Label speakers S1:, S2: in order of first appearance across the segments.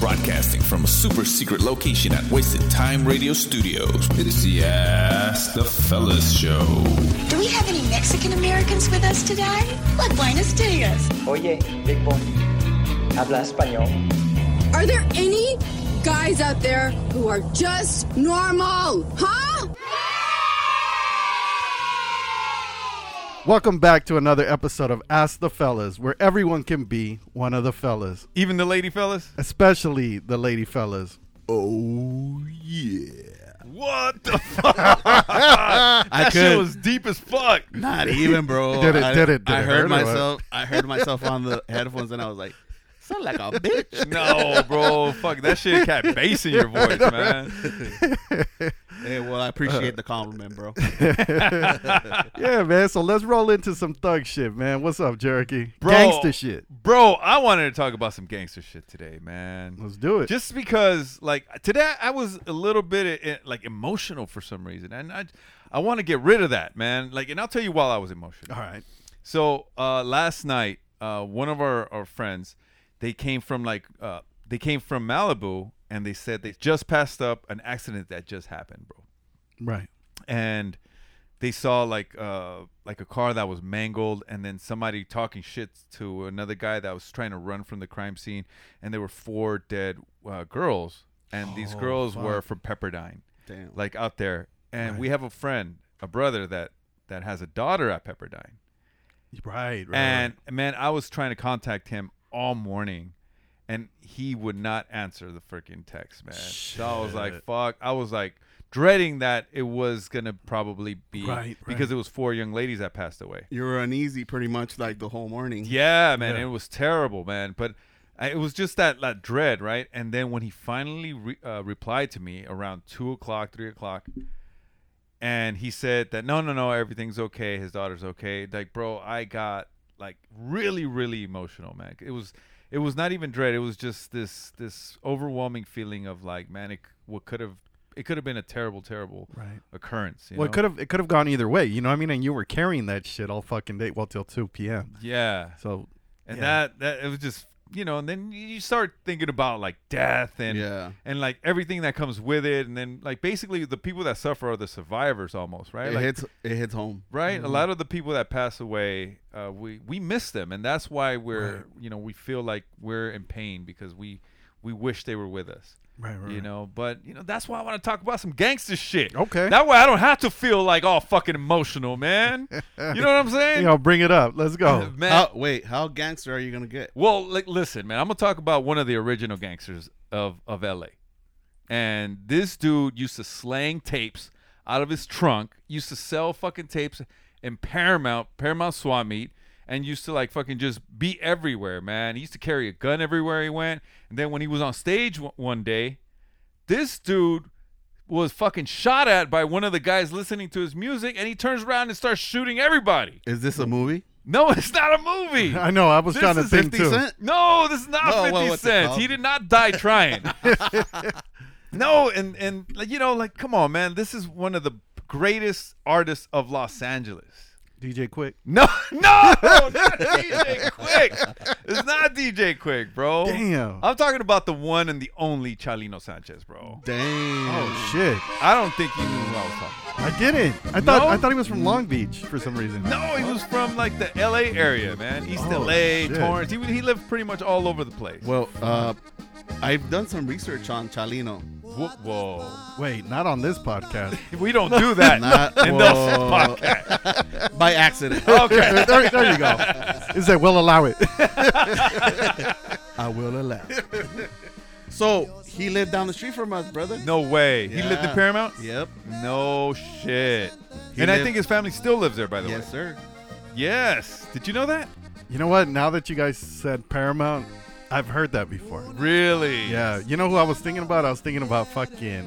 S1: broadcasting from a super secret location at Wasted Time Radio Studios. It is the Ask the Fellas Show.
S2: Do we have any Mexican Americans with us today? Like Buenos Dias.
S3: Oye, Big Boy, habla español.
S4: Are there any guys out there who are just normal? Huh?
S5: Welcome back to another episode of Ask the Fellas, where everyone can be one of the fellas,
S6: Even the lady fellas?
S5: especially the lady fellas.
S6: What the fuck? that shit
S7: could-
S6: was deep as fuck.
S7: Not even, bro.
S5: Did it-
S7: I,
S5: did it- did
S7: I
S5: it hurt or
S7: heard
S5: what?
S7: myself. I heard myself on the headphones, and I was like, "Sound like a bitch."
S6: No, bro. Fuck, that shit got bass in your voice, man.
S7: Hey, well, I appreciate the compliment, bro.
S5: Yeah, man. So let's roll into some thug shit, man. What's up, Jerky?
S6: Bro.
S5: Gangster shit.
S6: Bro, I wanted to talk about some gangster shit today, man.
S5: Let's do it.
S6: Just because, like today, I was a little bit eh, like emotional for some reason, and I, I want to get rid of that, man. Like, and I'll tell you while I was emotional.
S5: all right.
S6: So uh, last night, uh, one of our, our friends, they came from like uh, they came from Malibu, and they said they just passed up an accident that just happened, bro.
S5: Right.
S6: and they saw like uh like a car that was mangled and then somebody talking shit to another guy that was trying to run from the crime scene and there were four dead uh, girls and these girls were from Pepperdine
S7: Damn.
S6: like out there and we have a friend a brother that that has a daughter at Pepperdine
S5: Right. Right.
S6: and man, I was trying to contact him all morning, and he would not answer the freaking text, man. So I was like, "Fuck!" I was like dreading that it was gonna probably be
S5: Right,
S6: because
S5: right.
S6: it was four young ladies that passed away.
S7: You were uneasy pretty much like the whole morning.
S6: Yeah, man, it was terrible, man. But I, it was just that that dread, right? And then when he finally re, uh, replied to me around two o'clock, three o'clock, and he said that no, no, no, everything's okay. His daughter's okay. Like, bro, I got like really, really emotional, man. It was, it was not even dread. It was just this this overwhelming feeling of like, man, it, c- what could have. It could have been a terrible, terrible
S5: Right.
S6: occurrence. You
S5: well,
S6: know?
S5: it could have it could have gone either way, you know what I mean? And you were carrying that shit all fucking day, well till two p.m.
S6: Yeah.
S5: So
S6: and
S5: Yeah.
S6: that that it was just you know and then you start thinking about like death and
S7: Yeah.
S6: and like everything that comes with it and then like basically the people that suffer are the survivors almost right
S7: It
S6: like,
S7: hits. It hits home.
S6: right
S5: Mm-hmm.
S6: a lot of the people that pass away uh, we we miss them and that's why we're you know we feel like we're in pain because we we wish they were with us
S5: Right, right,
S6: you
S5: right.
S6: know but you know that's why i want to talk about some gangster shit
S5: Okay.
S6: that way i don't have to feel like all fucking emotional man you know what i'm saying
S5: you know, bring it up. Let's go.
S6: man
S7: How, wait, how gangster are you gonna get?
S6: Well, like, listen, man, I'm gonna talk about one of the original gangsters of of LA, and this dude used to slang tapes out of his trunk. Used to sell fucking tapes in Paramount, Paramount Swap Meet, and used to like fucking just be everywhere, man. He used to carry a gun everywhere he went, and then when he was on stage one- one day, this dude was fucking shot at by one of the guys listening to his music, and he turns around and starts shooting everybody.
S7: Is this a movie?
S6: No, it's not a movie.
S5: I know. I was
S6: This
S5: trying to
S6: is
S5: think
S7: 50
S5: too.
S7: Cent?
S6: No, this is not
S7: No,
S6: 50
S7: well, what the
S6: Cent.
S7: fuck?
S6: He did not die trying. no, and and like, you know, like, come on, man. This is one of the greatest artists of Los Angeles.
S5: DJ Quick.
S6: No, no, not DJ Quick. It's not DJ Quick, bro.
S5: Damn.
S6: I'm talking about the one and the only Chalino Sanchez, bro.
S7: Damn.
S5: Oh shit!
S6: I don't think you knew who I was talking. about.
S5: I didn't. I thought
S6: No?
S5: I thought he was from Long Beach for some reason.
S6: No, he was from like the LA area, man. East
S5: Oh,
S6: LA,
S5: shit.
S6: Torrance. He, he lived pretty much all over the place.
S7: Well, uh, I've done some research on Chalino.
S6: Whoa. whoa.
S5: Wait, not on this podcast.
S6: We don't do that
S7: Not-
S6: in this
S7: whoa.
S6: podcast.
S7: By accident.
S6: Okay.
S5: there, there you go. Is that we'll allow it?
S7: I will allow. so he lived down the street from us, brother.
S6: No way. He lived in
S7: Yeah.
S6: Paramount?
S7: Yep.
S6: No shit.
S7: He
S6: and I
S7: lived-
S6: think his family still lives there, by the
S7: Yes,
S6: way.
S7: sir.
S6: Yes. Did you know that?
S5: You know what? Now that you guys said Paramount, I've heard that before.
S6: Really?
S5: Yeah. You know who I was thinking about? I was thinking about fucking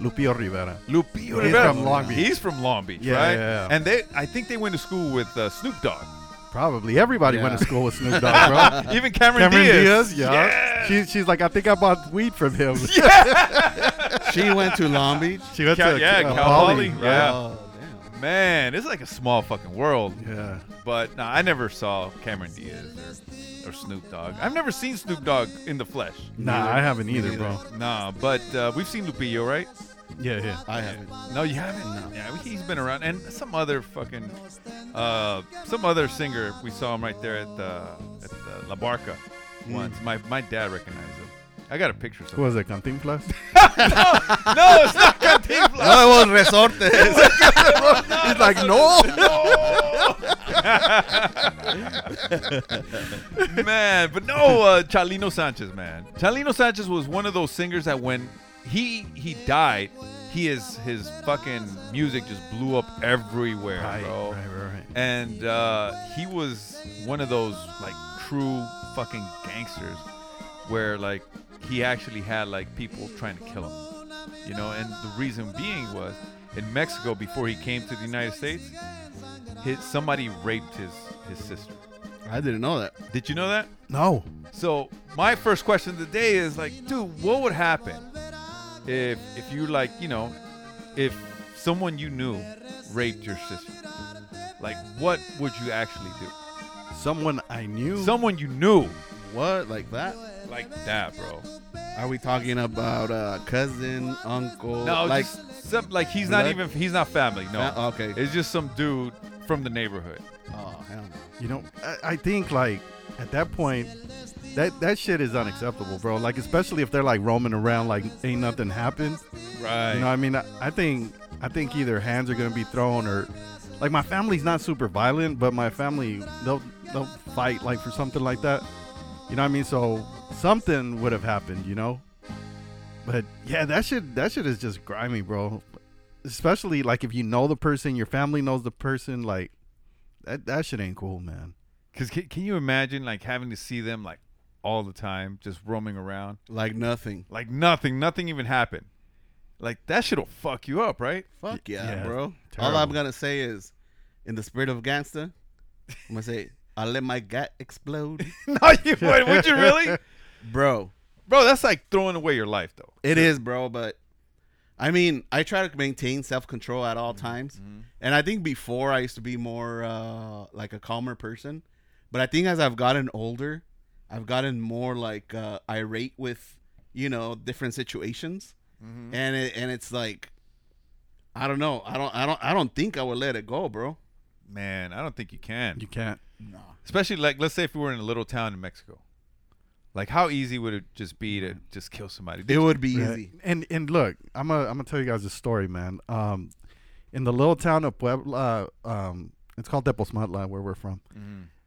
S5: Lupio Rivera.
S6: Lupillo
S5: He's
S6: Rivera.
S5: from Long Beach.
S6: He's from Long Beach,
S5: Yeah,
S6: right?
S5: yeah, yeah.
S6: And they, I think they went to school with uh, Snoop Dogg.
S5: Probably everybody went to
S7: Yeah.
S5: school with Snoop Dogg, bro.
S6: Even Cameron,
S5: Cameron
S6: Diaz.
S5: Diaz, yeah. She, she's like, I think I bought weed from him.
S7: She went to Long Beach.
S5: She went
S6: Cal-
S5: to
S6: yeah,
S5: uh,
S6: Cal
S5: Poly,
S6: Poly,
S5: right?
S6: Yeah.
S7: Oh, damn.
S6: man, it's like a small fucking world.
S5: Yeah.
S6: But no, I never saw Cameron Diaz or, or Snoop Dogg. I've never seen Snoop Dogg in the flesh.
S5: Nah, I haven't either, bro.
S6: Nah, but uh, we've seen Lupillo, right?
S5: Yeah, yeah.
S7: I haven't.
S6: No, you haven't. Yeah, he's been around, and some other fucking, uh, some other singer. We saw him right there at the at the La Barca once. My my dad recognized him. I got a picture
S5: Who
S6: somewhere.
S5: was that? Cantinflas?
S6: no, it's not Cantinflas.
S8: No, it was Resortes.
S5: He's like, no.
S6: man. But no, uh, Chalino Sanchez, man. Chalino Sanchez was one of those singers that when he he died, he is his fucking music just blew up everywhere,
S5: Right,
S6: bro.
S5: right, right, right.
S6: And uh, he was one of those like true fucking gangsters, where like he actually had like people trying to kill him you know and the reason being was in mexico before he came to the united states his, somebody raped his his sister
S7: I didn't know that.
S6: did you know that
S5: No.
S6: so my first question of the day is like dude what would happen if if you like you know if someone you knew raped your sister like what would you actually do
S5: Someone I knew.
S6: someone you knew
S7: What? Like that?
S6: like that bro
S7: Are we talking about uh, cousin, uncle?
S6: no
S7: like
S6: like some, like he's not
S7: blood?
S6: even he's not family no
S7: Fa- okay.
S6: it's just some dude from the neighborhood
S7: oh hell no.
S5: you know, I, I think like at that point, that that shit is unacceptable, bro. Like especially if they're like roaming around like ain't nothing happened.
S6: right
S5: You know, what I mean, I, I think I think either hands are gonna be thrown or, like, my family's not super violent, but my family they'll they'll fight like for something like that. You know what I mean? So something would have happened, you know. But yeah, that shit that shit is just grimy, bro. Especially like if you know the person, your family knows the person, like that that shit ain't cool, man.
S6: Because can, can you imagine like having to see them like all the time, just roaming around,
S7: Like nothing.
S6: like nothing, nothing even happened. Like that shit'll fuck you up, right?
S7: Fuck yeah,
S5: yeah,
S7: bro. All
S5: terrible.
S7: I'm gonna say is, in the spirit of gangster, I'm gonna say I let my gut explode,
S6: no, you would. Would you really,
S7: bro.
S6: bro? That's like throwing away your life, though.
S7: It is, bro. But I mean, I try to maintain self control at all times, and I think before I used to be more uh, like a calmer person, but I think as I've gotten older, I've gotten more like uh, irate with you know different situations, and it, and it's like. I don't know. I don't. I don't. I don't think I would let it go, bro.
S6: Man, I don't think you can.
S5: You can't.
S6: Especially like, let's say if we were in a little town in Mexico, like how easy would it just be to just kill somebody?
S7: Mm. It would be
S5: Yeah.
S7: easy.
S5: And and look, I'm gonna I'm gonna tell you guys a story, man. Um, in the little town of Puebla, um, it's called Tepozmatla, where we're from.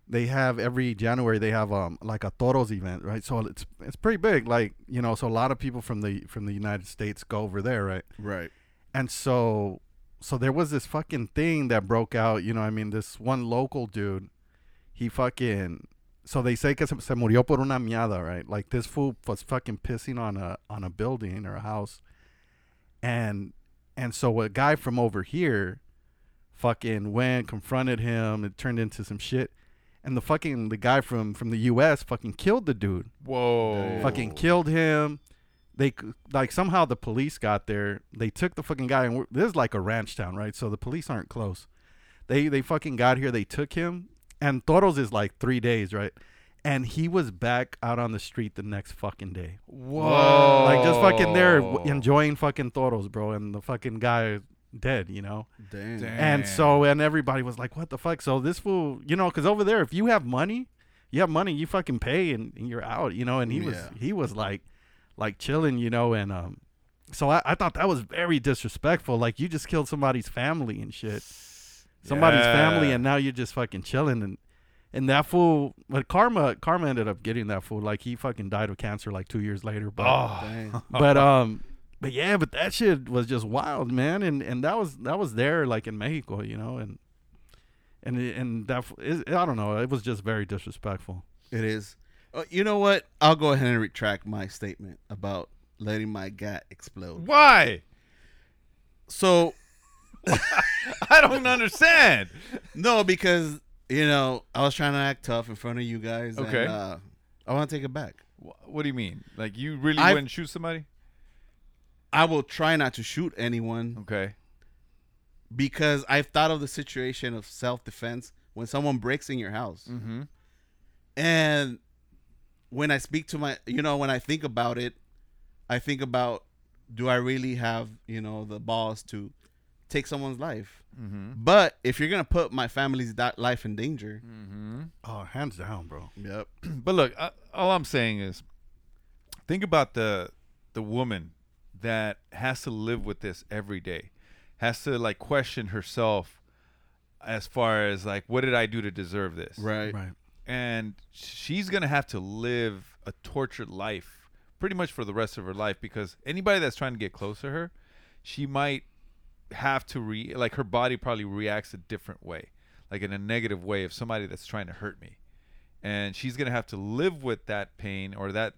S5: They have every January they have um like a toros event, right? So it's it's pretty big, like you know. So a lot of people from the from the United States go over there, right?
S7: Right.
S5: and so so there was this fucking thing that broke out you know what i mean this one local dude he fucking so they say que se, se murió por una miada right like this fool was fucking pissing on a on a building or a house and and so a guy from over here fucking went confronted him it turned into some shit and the fucking the guy from from the us fucking killed the dude
S6: Whoa,
S5: fucking killed him. They c- like somehow the police got there. They took the fucking guy and we're- this is like a ranch town, right? So the police aren't close. They they fucking got here. They took him and Toros is like three days, right? And he was back out on the street the next fucking day,
S6: Whoa,
S5: like just fucking there w- enjoying fucking Toros, bro. And the fucking guy dead, you know.
S7: Damn.
S5: And so, and everybody was like, what the fuck? So this fool, you know, because over there, if you have money, you have money, you fucking pay and, and you're out, you know. And he was,
S7: Yeah.
S5: he was like, like chilling, you know. And, um, so I, I thought that was very disrespectful. Like you just killed somebody's family and shit, somebody's
S6: Yeah.
S5: family, and now you're just fucking chilling. And, and that fool, but karma, karma ended up getting that fool. Like he fucking died of cancer like two years later. But,
S6: Oh,
S7: Dang.
S5: but um but yeah but that shit was just wild man and and that was that was there like in mexico you know and and it- and that f- is i don't know it was just very disrespectful
S7: It is. Uh, you know what? I'll go ahead and retract my statement about letting my gat explode.
S6: Why?
S7: So
S6: I don't understand.
S7: no, because you know I was trying to act tough in front of you guys. and,
S6: Okay.
S7: uh, I want to take it back.
S6: Wh- What do you mean? Like you really
S7: I've-
S6: wouldn't shoot somebody?
S7: I will try not to shoot anyone,
S6: Okay.
S7: because I've thought of the situation of self defense when someone breaks in your house. Mm-hmm. And when I speak to my, you know, when I think about it, I think about do I really have, you know, the balls to take someone's life? But if you're going to put my family's di- life in danger,
S5: Oh, hands down, bro.
S7: yep.
S6: But look, I, all I'm saying is, think about the the woman that has to live with this every day, has to like question herself as far as like, what did I do to deserve this?
S7: Right.
S5: Right.
S6: and she's gonna have to live a tortured life pretty much for the rest of her life because anybody that's trying to get close to her she might have to re like her body probably reacts a different way like in a negative way of somebody that's trying to hurt me and she's gonna have to live with that pain or that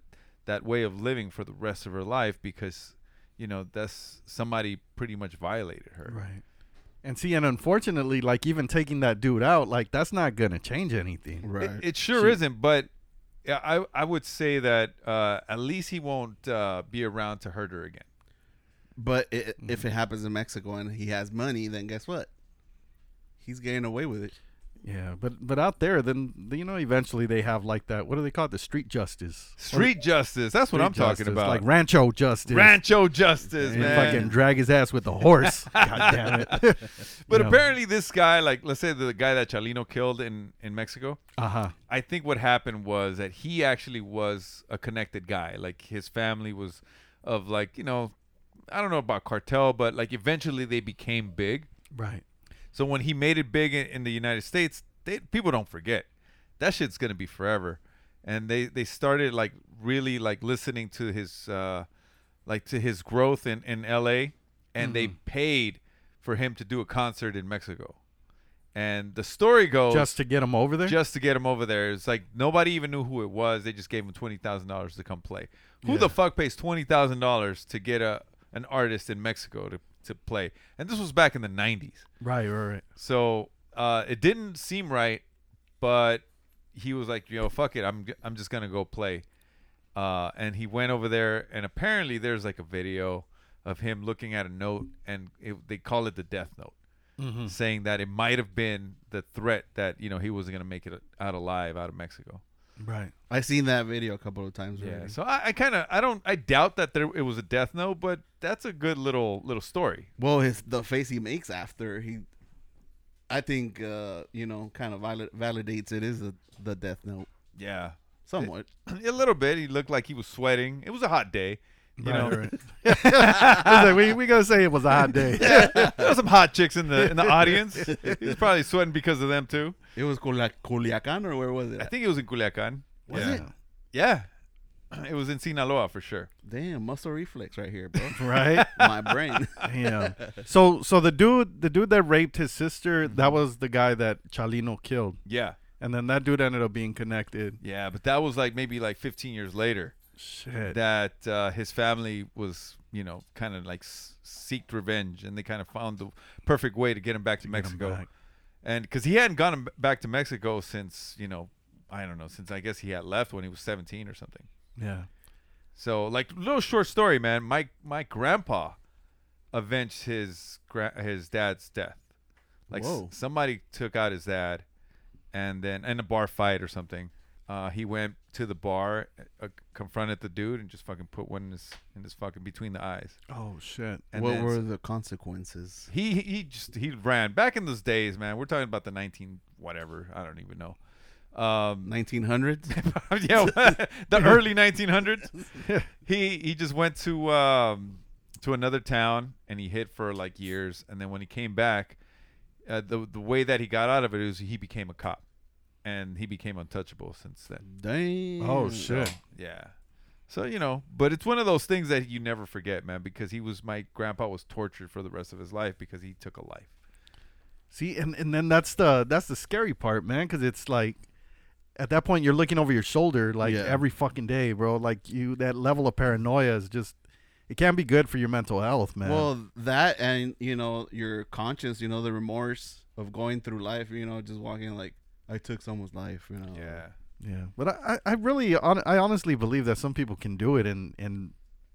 S6: that way of living for the rest of her life because you know that's somebody pretty much violated her
S5: Right. And see, and unfortunately, like even taking that dude out, like that's not gonna change anything.
S7: Right.
S6: It, it sure isn't, but yeah, I I would say that uh, at least he won't uh, be around to hurt her again.
S7: But it, if it happens in Mexico and he has money, then guess what? He's getting away with it.
S5: Yeah, but but out there, then you know, eventually they have like that. What do they call it? The street justice.
S6: Street justice. That's what
S5: Street
S6: I'm
S5: justice,
S6: talking about.
S5: like Rancho justice.
S6: Rancho justice,
S5: and
S6: man.
S5: fucking drag his ass with a horse. God damn it.
S6: but
S5: you know.
S6: apparently, this guy, like, let's say the guy that Chalino killed in in Mexico,
S5: Uh huh.
S6: I think what happened was that he actually was a connected guy. Like his family was of like you know, I don't know about cartel, but like eventually they became big.
S5: Right.
S6: So when he made it big in, in the United States, they, people don't forget. That shit's gonna be forever. And they they started like really like listening to his uh, like to his growth in in L.A. and they
S5: Mm-hmm.
S6: paid for him to do a concert in Mexico. And the story goes
S5: Just to get him over there.
S6: Oh, just to get him over there. It's like nobody even knew who it was. They just gave him twenty thousand dollars to come play. Who the fuck pays twenty thousand dollars to get a an artist in Mexico to to play? And this was back in the nineties.
S5: right. Right. Right.
S6: So uh, it didn't seem right, but he was like, you know, fuck it, I'm I'm just gonna go play. Uh, and he went over there, and apparently there's like a video of him looking at a note, and it, they call it the death note,
S5: Mm-hmm.
S6: saying that it might have been the threat that you know he wasn't gonna make it out alive out of Mexico.
S5: Right.
S7: I seen that video a couple of times.
S6: Yeah.
S7: Already.
S6: So I, I kind of I don't I doubt that there it was a death note, but that's a good little little story.
S7: Well, his the face he makes after he, I think, uh, you know, kind of valid, validates it is the, the death note
S6: Yeah.
S7: somewhat.
S6: A little bit. He looked like he was sweating. It was a hot day. You
S5: right,
S6: know,
S5: right. It's like, we we gonna say it was a hot day.
S6: there were some hot chicks in the in the audience. He was probably sweating because of them too.
S7: It was Culiac- Culiacan or where was it?
S6: I think it was in Culiacan.
S7: was
S6: yeah.
S7: it?
S6: Yeah. It was in Sinaloa for sure.
S7: Damn, muscle reflex right here, bro.
S5: Right.
S7: My brain.
S5: Damn. So so the dude the dude that raped his sister that was the guy that Chalino killed,
S6: Yeah.
S5: and then that dude ended up being connected.
S6: Yeah, but that was like maybe like 15 years later
S5: Shit.
S6: that uh, his family was, you know, kind of like s- seeked revenge and they kind of found the perfect way to get him back to,
S5: Get him
S6: Mexico.
S5: back.
S6: and because he hadn't gone back to Mexico since you know I don't know since I guess he had left when he was 17 or something.
S5: Yeah.
S6: So like little short story, man. My my grandpa avenged his gra- his dad's death. Like s-
S7: Whoa.
S6: somebody took out his dad, and then in a bar fight or something, uh, he went to the bar, uh, confronted the dude, and just fucking put one in his in his fucking between the eyes.
S5: Oh shit.
S6: And
S7: what
S6: then
S7: were the consequences?
S6: he he- he just he ran back in those days, man. We're talking about the 19 whatever. I don't even know. Um,
S7: 1900s?
S6: yeah, the early 1900s. He he just went to um, to another town and he hid for like years, and then when he came back, uh, the the way that he got out of it is he became a cop, and he became untouchable since then.
S7: Damn.
S5: Oh shit.
S6: Yeah. So you know, but it's one of those things that you never forget, man, because he was my grandpa was tortured for the rest of his life because he took a life.
S5: See, and, and then that's the that's the scary part, man, because it's like at that point you're looking over your shoulder like
S7: Yeah.
S5: every fucking day, bro. Like you, that level of paranoia is just it can't be good for your mental health, man.
S7: Well, that and you know your conscience, you know the remorse of going through life, you know, just walking like I took someone's life, you know.
S6: Yeah.
S5: yeah, but I I I really hon- I honestly believe that some people can do it and and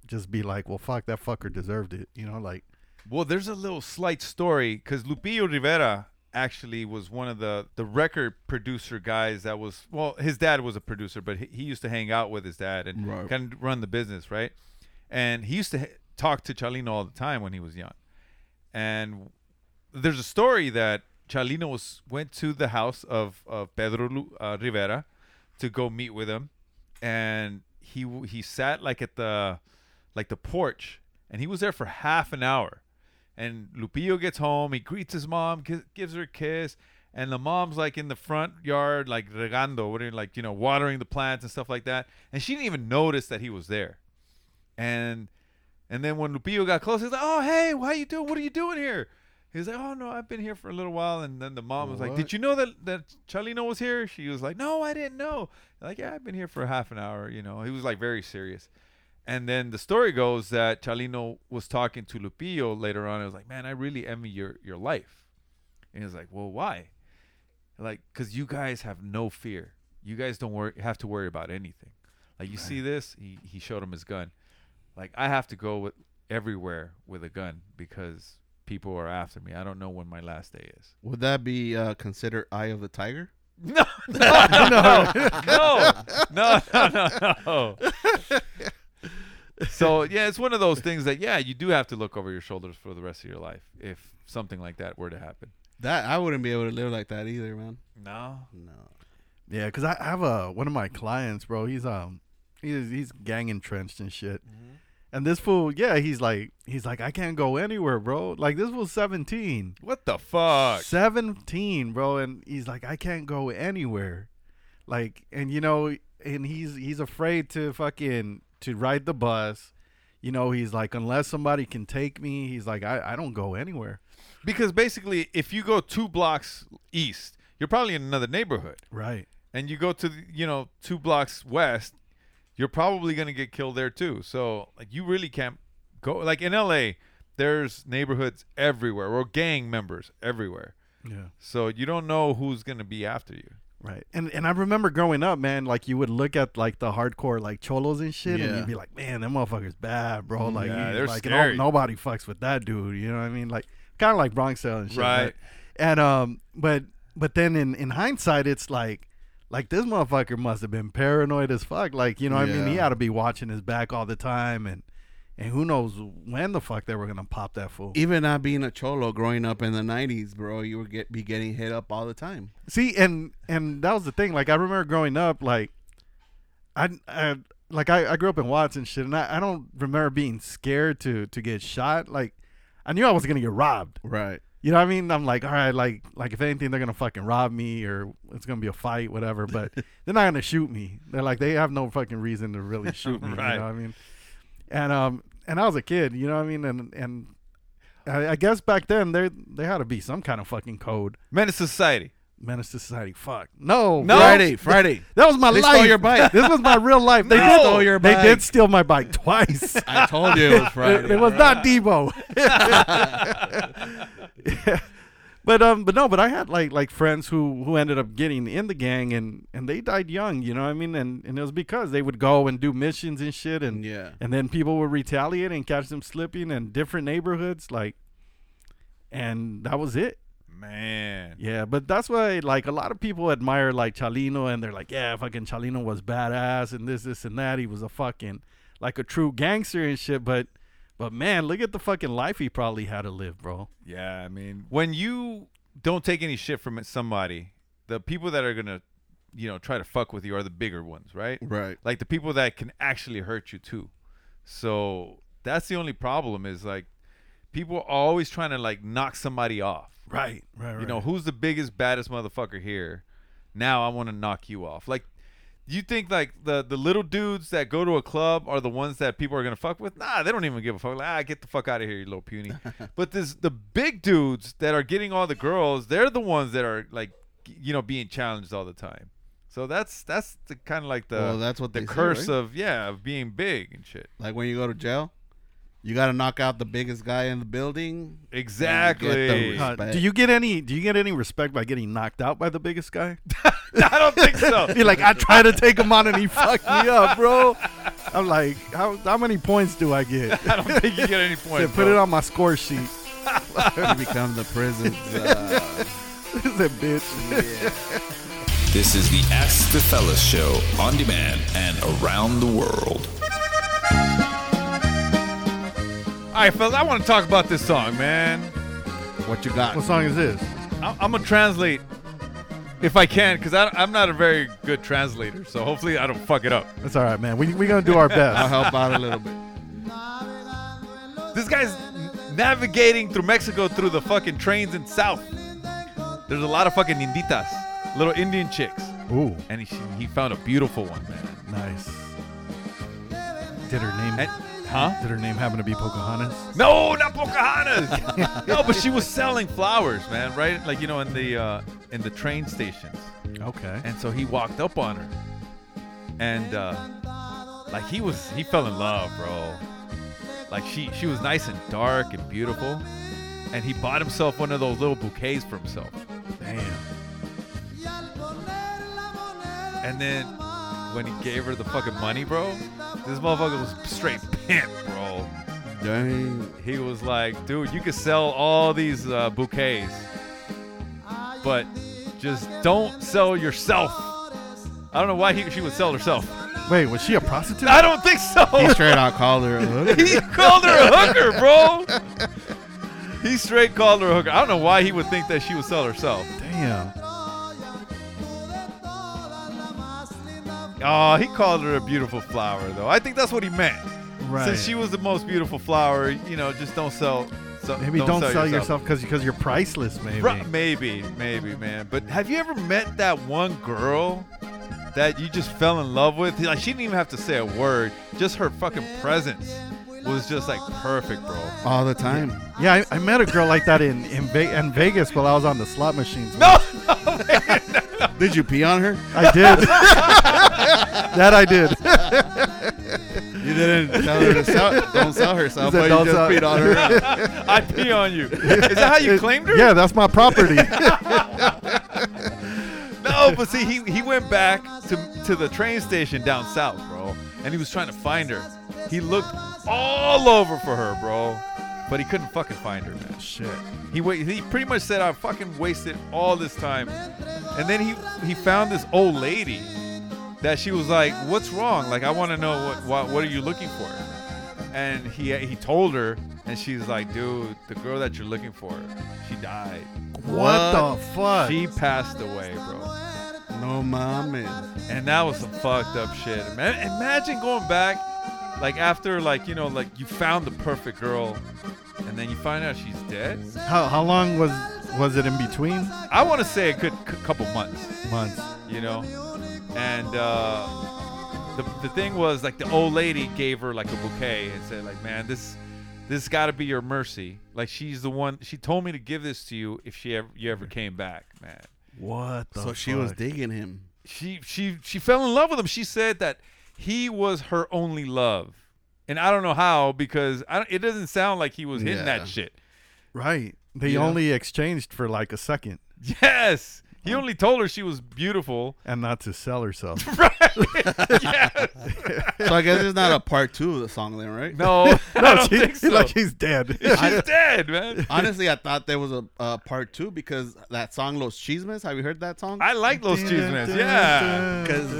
S5: just be like, well, fuck that fucker deserved it, you know, like
S6: Well, there's a little slight story because Lupillo Rivera actually was one of the the record producer guys that was well, his dad was a producer, but he, he used to hang out with his dad and
S7: Right.
S6: kind of run the business, right? And he used to h- talk to Chalino all the time when he was young. And there's a story that Chalino was went to the house of of Pedro Lu, uh, Rivera to go meet with him, and he w- he sat like at the like the porch, and he was there for half an hour. And Lupillo gets home, he greets his mom, gi- gives her a kiss, and the mom's like in the front yard, like regando, what do you- like you know, watering the plants and stuff like that, and she didn't even notice that he was there and and then when Lupillo got close, he's like, "Oh, hey, how you doing? What are you doing here?" He's like, "Oh no, I've been here for a little while." And then the mom was like,
S5: What?
S6: "Did you know that that Chalino was here?" She was like, "No, I didn't know." Like, "Yeah, I've been here for half an hour." You know, he was like very serious. And then the story goes that Chalino was talking to Lupillo later on. It was like, "Man, I really envy your your life." And he's like, "Well, why?" Like, cause you guys have no fear. You guys don't worry, have to worry about anything. Like, you see this? He he showed him his gun like I have to go with everywhere with a gun because people are after me. I don't know when my last day is.
S7: Would that be uh, considered Eye of the Tiger?
S6: No, no, no, no, no, no, no, no. So yeah, it's one of those things that yeah, you do have to look over your shoulders for the rest of your life if something like that were to happen.
S7: That I wouldn't be able to live like that either, man.
S6: No,
S7: No.
S5: Yeah, because I I have a one of my clients, bro. He's um, he's he's gang entrenched and shit. And this fool, yeah, he's like, he's like, I can't go anywhere, bro. Like this fool's seventeen.
S6: what the fuck?
S5: 17 bro and he's like i can't go anywhere like and you know and he's he's afraid to fucking to ride the bus you know he's like unless somebody can take me he's like i, I don't go anywhere
S6: Because basically, if you go two blocks east, you're probably in another neighborhood.
S5: right
S6: and you go to the, you know two blocks west, you're probably gonna get killed there too. So like you really can't go like in LA. There's neighborhoods everywhere or gang members everywhere.
S5: yeah
S6: So you don't know who's gonna be after you.
S5: right and and i remember growing up man like you would look at like the hardcore like cholos and shit and
S7: Yeah.
S5: you'd be like man that motherfucker's bad bro like,
S6: Mm, Yeah,
S5: you-
S6: they're
S5: like
S6: scary.
S5: nobody fucks with that dude you know what i mean like kind of like bronx Hill and shit
S6: Right.
S5: and um but but then in in hindsight it's like like this motherfucker must have been paranoid as fuck like you know what i mean he
S7: Yeah.
S5: had to be watching his back all the time and and who knows when the fuck they were gonna pop that fool
S7: Even not being a cholo growing up in the '90s, bro, you would get be getting hit up all the time.
S5: See, and and that was the thing. Like I remember growing up, like I, I like I, I grew up in Watts and shit, and I, I don't remember being scared to to get shot. Like I knew I was gonna get robbed.
S7: Right.
S5: You know what I mean? I'm like, all right, like like if anything, they're gonna fucking rob me or it's gonna be a fight, whatever. But they're not gonna shoot me. They're like they have no fucking reason to really shoot me.
S6: Right.
S5: You know what I mean? And um and I was a kid, you know what I mean? And and I, I guess back then there there had to be some kind of fucking code.
S6: Menace society.
S5: Menace to Society. Fuck. No.
S6: No.
S7: Friday, Friday.
S5: That was my
S7: They
S5: life.
S7: stole your bike.
S5: This was my real life. They
S7: They
S5: did
S7: stole your
S5: They did
S7: bike.
S5: steal my bike twice. it,
S7: I told you it was Friday.
S5: it was not Debo. But um, but no, but I had like like friends who who ended up getting in the gang and and they died young, you know what I mean? And and it was because they would go and do missions and shit, and
S7: Yeah.
S5: and then people would retaliate and catch them slipping in different neighborhoods, like, and that was it.
S6: Man.
S5: Yeah, but that's why like a lot of people admire like Chalino and they're like, yeah, fucking Chalino was badass and this, this, and that. He was a fucking like a true gangster and shit. But but man, look at the fucking life he probably had to live, bro.
S6: Yeah, I mean, when you don't take any shit from somebody, the people that are gonna, you know, try to fuck with you are the bigger ones, right?
S7: Right.
S6: Like the people that can actually hurt you too. So that's the only problem is like people are always trying to like knock somebody off.
S5: Right, right, right.
S6: You know, who's the biggest, baddest motherfucker here? Now I want to knock you off. Like, you think like the the little dudes that go to a club are the ones that people are gonna fuck with? Nah, they don't even give a fuck. Like, ah, get the fuck out of here, you little puny. but this the big dudes that are getting all the girls, they're the ones that are like, g- you know, being challenged all the time. So that's that's the kind of like the
S7: Well, that's what
S6: the
S7: they say,
S6: curse
S7: right?
S6: of yeah of being big and shit.
S7: Like when you go to jail, you got to knock out the biggest guy in the building.
S6: Exactly.
S7: respect.
S5: Uh, do you get any do you get any respect by getting knocked out by the biggest guy?
S6: I don't think so.
S5: You're like, I tried to take him on and he fucked me up, bro. I'm like, how how many points do I get?
S6: I don't think you get any
S5: They
S6: points.
S5: put
S6: bro.
S5: it on my score sheet.
S7: You become the prison's uh,
S5: that bitch.
S1: This is the Ask the Fellas show on demand and around the world.
S6: All right, fellas, I want to talk about this song, man.
S7: what you got.
S5: What song is this?
S6: I- I'm gonna translate if I can, because I'm not a very good translator. So hopefully I don't fuck it up.
S5: It's all right, man. We we gonna do our
S7: I'll
S5: best.
S7: help out a little bit.
S6: This guy's n- navigating through Mexico through the fucking trains in South. There's a lot of fucking inditas, little Indian chicks,
S5: Ooh,
S6: and he, he found a beautiful one, man.
S5: nice. Did her name?
S6: And, huh?
S5: Did her name happen to be Pocahontas?
S6: No, not Pocahontas. no, but she was selling flowers, man. Right, like you know, in the uh, in the train stations.
S5: Okay.
S6: and so he walked up on her and uh like he was he fell in love bro like she she was nice and dark and beautiful and he bought himself one of those little bouquets for himself
S5: Damn.
S6: and then when he gave her the fucking money bro this motherfucker was straight pimp bro
S7: Dang.
S6: he was like dude you could sell all these uh, bouquets but just don't sell yourself i don't know why he, she would sell herself
S5: Wait, was she a prostitute?
S6: I don't think so.
S7: He straight out called her a hooker.
S6: he called her a hooker, bro. He straight called her a hooker. I don't know why he would think that she would sell herself.
S5: Damn.
S6: Oh, he called her a beautiful flower, though. I think that's what he meant.
S5: Right.
S6: Since she was the most beautiful flower, you know, just don't sell. So,
S5: maybe don't, sell, yourself because you're priceless. Maybe.
S6: Ru- Maybe, maybe, man. But have you ever met that one girl that you just fell in love with? Like she didn't even have to say a word. Just her fucking presence was just like perfect, bro.
S7: all the time.
S5: Yeah, I, I met a girl like that in in, Ve- in Vegas while I was on the slot machines.
S6: No,
S7: Did you pee on her?
S5: I did. that I did.
S7: You didn't tell her to sell. Don't sell herself.
S5: You said
S7: But
S5: don't
S7: you just
S5: sell-
S7: peed on her.
S6: I pee on you. Is that how you claimed her?
S5: Yeah, that's my property.
S6: No, but see, he, he went back to, to the train station down south, bro, and he was trying to find her. He looked all over for her, bro, but he couldn't fucking find her, man.
S5: Shit.
S6: He wa- he pretty much said, "I fucking wasted all this time," and then he he found this old lady that she was like, "What's wrong? Like, I want to know what, what what are you looking for?" And he he told her, and she's like, "Dude, the girl that you're looking for, she died.
S5: What the fuck?
S6: She passed away, bro."
S7: No mames.
S6: And that was some fucked up shit. Man, imagine going back, like after, like you know, like you found the perfect girl, and then you find out she's dead.
S5: How how long was was it in between?
S6: I want to say a good c- couple months,
S5: Months.
S6: you know. And uh, the the thing was, like the old lady gave her like a bouquet and said, like, man, this this got to be your mercy. Like she's the one. She told me to give this to you if she ever you ever came back, man.
S5: What the
S7: So she was
S5: fuck?
S7: digging him.
S6: she she she fell in love with him. She said that he was her only love, and I don't know how because I don't, it doesn't sound like he was hitting
S7: Yeah.
S6: that shit.
S5: Right. They
S6: Yeah.
S5: only exchanged for like a second
S6: Yes, he only told her she was beautiful.
S5: and not to sell herself.
S7: So I guess it's not a part two of the song then, right?
S6: No, I don't
S5: She-
S6: think so.
S5: Like he's dead.
S6: She's dead, man.
S7: Honestly, I thought there was a uh, part two because that song Los Chismes. Have you heard that song?
S6: I like those cheesemans. Yeah,
S7: Because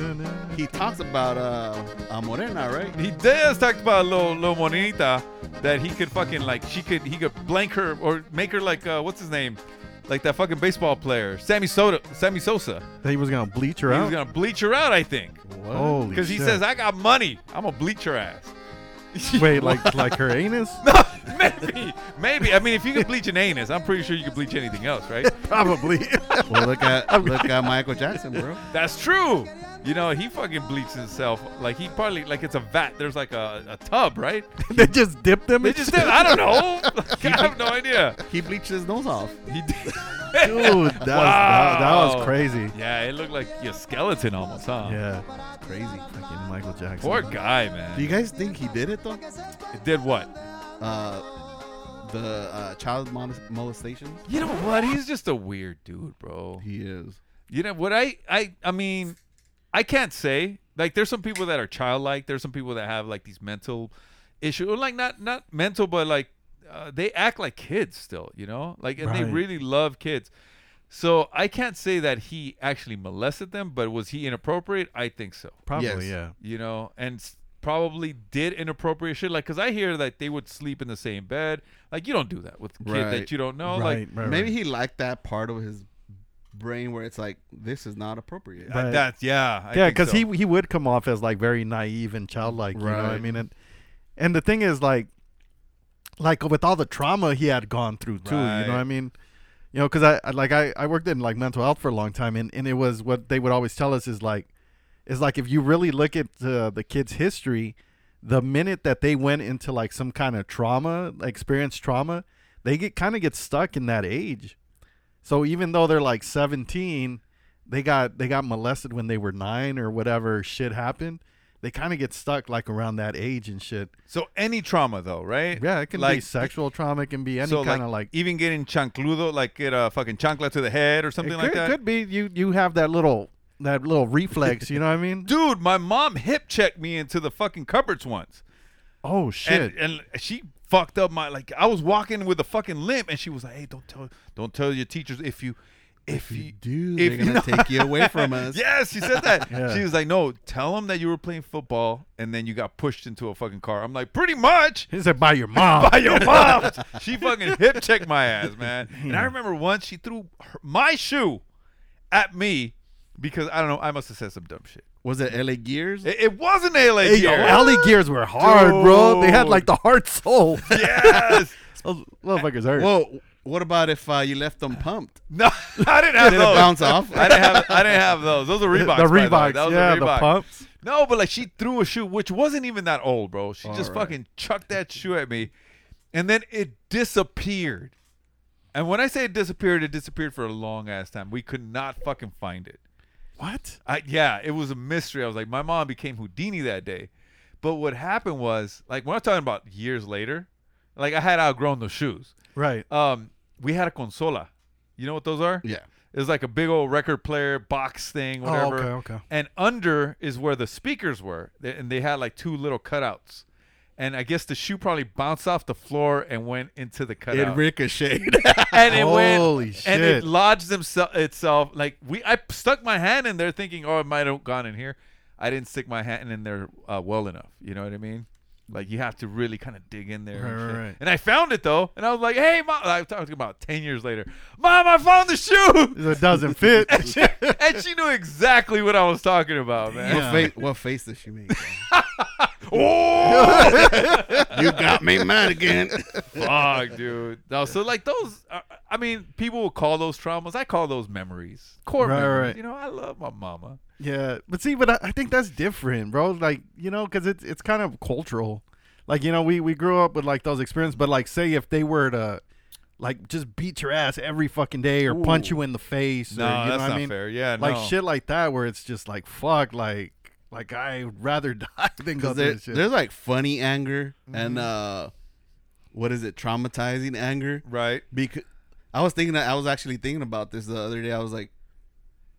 S7: he talks about uh, a Morena, right?
S6: he does talk about little little monita that he could fucking like she could he could blank her or make her like uh, what's his name. Like that fucking baseball player, Sammy Soda, Sammy Sosa.
S5: He was gonna bleach her
S6: He
S5: out.
S6: was gonna bleach her out, I think.
S5: Holy
S6: Because he
S5: shit.
S6: says, I got money. I'm going to bleach your ass.
S5: Wait, like like her anus?
S6: No, maybe. Maybe. I mean, if you can bleach an anus, I'm pretty sure you can bleach anything else, right?
S5: Probably.
S7: Well, look at look at Michael Jackson, bro.
S6: That's true. You know, he fucking bleached himself. Like, he probably, like, it's a vat. There's like a, a tub, right?
S5: they just dipped them.
S6: They
S5: in
S6: just
S5: shit?
S6: did. I don't know. Like, I have no idea.
S7: He bleached his nose off.
S6: He did.
S5: Dude, that, was, that, that
S6: Wow.
S5: was crazy.
S6: Yeah, it looked like your skeleton almost, huh?
S5: Yeah.
S7: Crazy.
S5: Fucking Michael Jackson.
S6: Poor guy, man.
S7: Do you guys think he did it though?
S6: did what?
S7: Uh, the uh, child mom- molestation.
S6: You know what? He's just a weird dude, bro.
S7: He is.
S6: You know what I I I mean, I can't say like there's some people that are childlike. There's some people that have like these mental issues, or like not not mental, but like uh, they act like kids still, you know, like and they
S5: Right.
S6: really love kids. So I can't say that he actually molested them, but was he inappropriate? I think so.
S5: Probably,
S7: Yes.
S5: yeah.
S6: You know, and s- probably did inappropriate shit. Like, cause I hear that they would sleep in the same bed. Like, you don't do that with a kid
S7: Right.
S6: that you don't know.
S5: right,
S6: Like,
S5: right,
S7: Maybe
S5: right.
S7: he liked that part of his brain where it's like this is not appropriate.
S5: Right.
S6: that's yeah, I
S5: yeah,
S6: think
S5: because
S6: so.
S5: he he would come off as like very naive and childlike. You know, what I
S7: Right.
S5: mean, and and the thing is like, like with all the trauma he had gone through too. You know, what I
S6: Right.
S5: mean, you know, because I I- like I I worked in like mental health for a long time, and and it was what they would always tell us is like, is like if you really look at the the kid's history, the minute that they went into like some kind of trauma, experienced trauma, they get kind of get stuck in that age. So even though they're like 17, they got they got molested when they were 9 or whatever shit happened. They kind of get stuck like around that age and shit.
S6: so any trauma though, right?
S5: Yeah, it can be
S6: Like,
S5: sexual trauma, it can be any
S6: so e,
S5: kind of like,
S6: even getting chancludo, like get a fucking chancla to the head or something
S5: it
S6: like
S5: could,
S6: that.
S5: could be you you have that little that little reflex, you know what I mean?
S6: Dude, my mom hip checked me into the fucking cupboards once,
S5: Oh shit.
S6: and and she fucked up my like. I was walking with a fucking limp, and she was like, "Hey, don't tell, don't tell your teachers if you, if, you,
S7: do,
S6: if
S7: they're gonna take you away from us.
S6: Yes, she said that.
S5: Yeah.
S6: She was like, "No, tell them that you were playing football, and then you got pushed into a fucking car." I'm like, "Pretty much."
S5: He said by your mom.
S6: by your mom. she fucking hip checked my ass, man. And I remember once she threw her, my shoe at me because I don't know. I must have said some dumb shit.
S7: Was it LA Gears?
S6: It, it wasn't LA
S5: Hey, yo,
S6: gear.
S5: alley gears were hard, bro. They had like the hard soul.
S6: Yes.
S5: Those motherfuckers hurt.
S7: Whoa, what about if uh, you left them pumped?
S6: No, I didn't have
S7: Did it
S6: those.
S7: bounce off?
S6: I didn't have. I didn't have those. Those are Reeboks. by
S5: the
S6: the way.
S5: Reeboks,
S6: That was a
S5: yeah, the
S6: Reebok.
S5: pumps.
S6: No, but like she threw a shoe, which wasn't even that old, bro. She just
S7: Alright.
S6: fucking chucked that shoe at me, and then it disappeared. And when I say it disappeared, it disappeared for a long ass time. We could not fucking find it.
S5: What?
S6: I yeah, it was a mystery. I was like, my mom became Houdini that day. But what happened was, like, we're not talking about years later. Like, I had outgrown those shoes.
S5: Right.
S6: Um, we had a consola. You know what those are?
S7: Yeah.
S6: It's like a big old record player box thing,
S5: Oh,
S6: whatever.
S5: okay, okay.
S6: And under is where the speakers were, They- and they had like two little cutouts. And I guess the shoe probably bounced off the floor and went into the cutout
S7: It ricocheted.
S6: and it
S5: Holy
S6: went
S5: shit.
S6: and it lodged themsel- itself like we I stuck my hand in there thinking oh it might have gone in here I didn't stick my hand in there uh, well enough you know what I mean like you have to really kind of dig in there and,
S5: Right, right,
S6: shit.
S5: right.
S6: And I found it though and I was like hey mom I was talking about 10 years later mom I found the shoe
S5: It doesn't fit.
S6: and, she, and she knew exactly what I was talking about man
S7: What, face, what face does she make?
S6: oh
S7: you got me mad again.
S6: fuck dude no so like those are, I mean people will call those traumas I call those memories core
S5: Right,
S6: memories
S5: right.
S6: you know I love my mama
S5: Yeah, but see, but I, I think that's different, bro. Like you know, because it's it's kind of cultural. Like you know, we we grew up with like those experiences, but like say if they were to like just beat your ass every fucking day or punch you in the face,
S6: No,
S5: or, you know
S6: that's
S5: what I
S6: not
S5: mean?
S6: fair. Yeah,
S5: like
S6: no.
S5: shit like that where it's just like fuck, like like I'd rather die than go
S7: Because
S5: through
S7: there,
S5: this shit.
S7: there's like funny anger and uh, what is it? Traumatizing anger.
S6: Right.
S7: Because I was thinking that I was actually thinking about this the other day. I was like,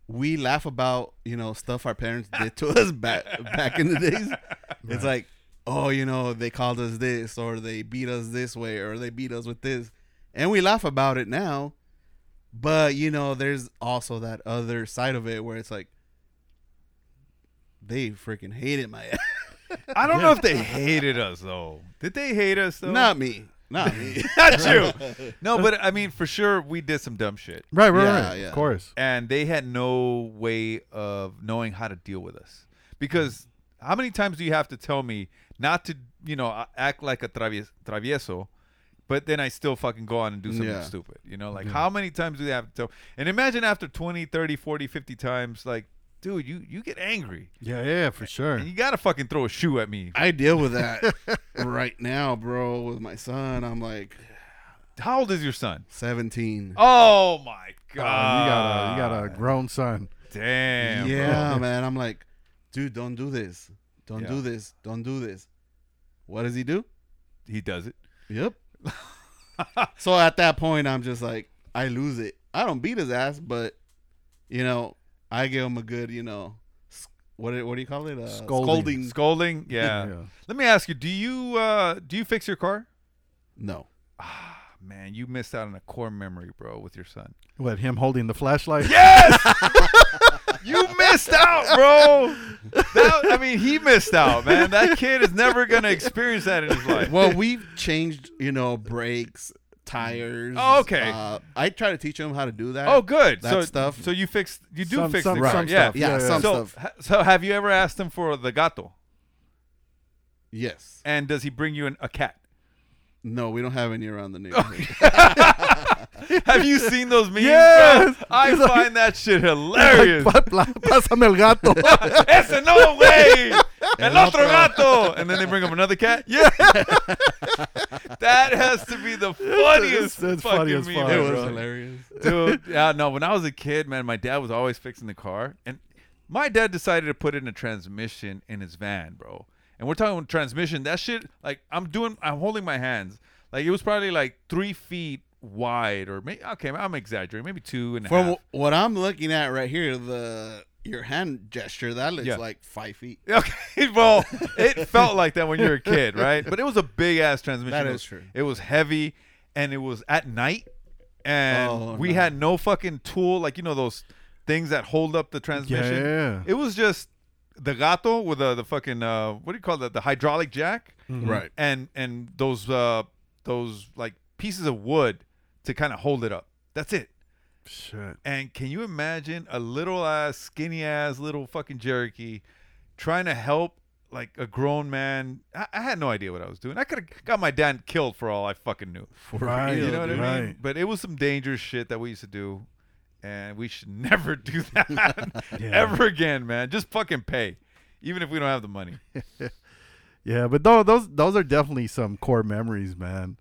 S7: we laugh about you know stuff our parents did to us back back in the days. It's like, oh, you know, they called us this, or they beat us this way, or they beat us with this, and we laugh about it now. But you know, there's also that other side of it where it's like, they freaking hated my ass.
S6: I don't know if they hated us though. Did they hate us though?
S7: Not me. Not me.
S6: not you. No, but I mean, for sure, we did some dumb shit,
S5: right, right,
S7: Yeah,
S5: right.
S7: yeah.
S5: Of course.
S6: and they had no way of knowing how to deal with us. Because how many times do you have to tell me not to, you know, a- act like a travies- travieso, but then I still fucking go on and do something
S7: Yeah.
S6: stupid? You know, like how many times do they have to tell? And imagine after 20, 30, 40, 50 times, like, dude, you you get angry,
S5: Yeah, yeah, for sure.
S6: and you gotta fucking throw a shoe at me.
S7: I deal with that right now, bro, with my son. I'm like
S6: How old is your son?
S7: 17.
S6: Oh my
S5: Oh, you got a
S6: god!
S5: you got a grown son.
S6: damn. bro.
S7: yeah, man. I'm like, dude, don't do this. Don't
S6: Yeah.
S7: do this. Don't do this. What does he do?
S6: he does it.
S7: Yep. so at that point, I'm just like, I lose it. I don't beat his ass, but you know, I give him a good, you know, s- what do- what do you call it? Uh,
S5: Scolding.
S6: Scolding. Yeah.
S5: Yeah.
S6: Let me ask you: Do you uh, do you fix your car?
S7: No.
S6: Man, you missed out on a core memory, bro, with your son.
S5: With him holding the flashlight.
S6: You missed out, bro. That, I mean, he missed out, man. That kid is never gonna experience that in his life.
S7: Well, we've changed, you know, brakes, tires.
S6: Oh, okay.
S7: Uh, I try to teach him how to do that.
S6: oh, good.
S7: That
S6: so
S7: stuff.
S6: So you fixed. You do
S5: Some-
S6: fix
S5: some-
S6: the
S5: some
S6: car. Yeah.
S5: stuff.
S7: yeah,
S5: Yeah, yeah.
S7: some
S6: So,
S7: stuff.
S6: ha- so have you ever asked him for the gato?
S7: Yes.
S6: And does he bring you an, a cat?
S7: No, we don't have any around the neighborhood.
S6: Have you seen those memes?
S5: Yes!
S6: bro? I
S5: He's like-
S6: find that shit
S5: Like,
S6: hilarious.
S5: "Pa- pla- Pásame el gato.
S6: Ese no, way. El
S7: El
S6: otro
S7: otro.
S6: gato. And then they bring him another cat. Yeah. that has to be the funniest
S5: That's
S6: fucking
S5: funny as
S6: meme,
S5: fuck,
S7: it
S5: bro.
S7: was hilarious.
S6: dude. Yeah, no. When I was a kid, man, my dad was always fixing the car, and my dad decided to put in a transmission in his van, bro. And we're talking transmission. That shit, like, I'm doing, I'm holding my hands. Like, it was probably like three feet wide, or maybe okay, I'm exaggerating, maybe two and a half.
S7: From what I'm looking at right here, the your hand gesture that looks
S6: Yeah.
S7: like five feet.
S6: Okay, well, it felt like that when you were a kid, right? But it was a big ass transmission.
S7: That
S6: It
S7: is
S6: was-
S7: true.
S6: It was heavy, and it was at night, and
S7: Oh,
S6: we
S7: no.
S6: had no fucking tool, like you know those things that hold up the transmission.
S5: Yeah.
S6: It was just the gato with the the fucking uh, what do you call that? The hydraulic jack,
S7: Right.
S6: and and those uh those like pieces of wood to kind of hold it up. That's it.
S5: Shit.
S6: And can you imagine a little ass, skinny ass, little fucking Cherokee trying to help like a grown man? I, I had no idea what I was doing. I could have got my dad killed for all I fucking knew.
S5: Right.
S6: you know what
S5: right.
S6: I mean? But it was some dangerous shit that we used to do. And we should never do that ever again, man. Just fucking pay, even if we don't have the money.
S5: Yeah, but no, those those are definitely some core memories, man.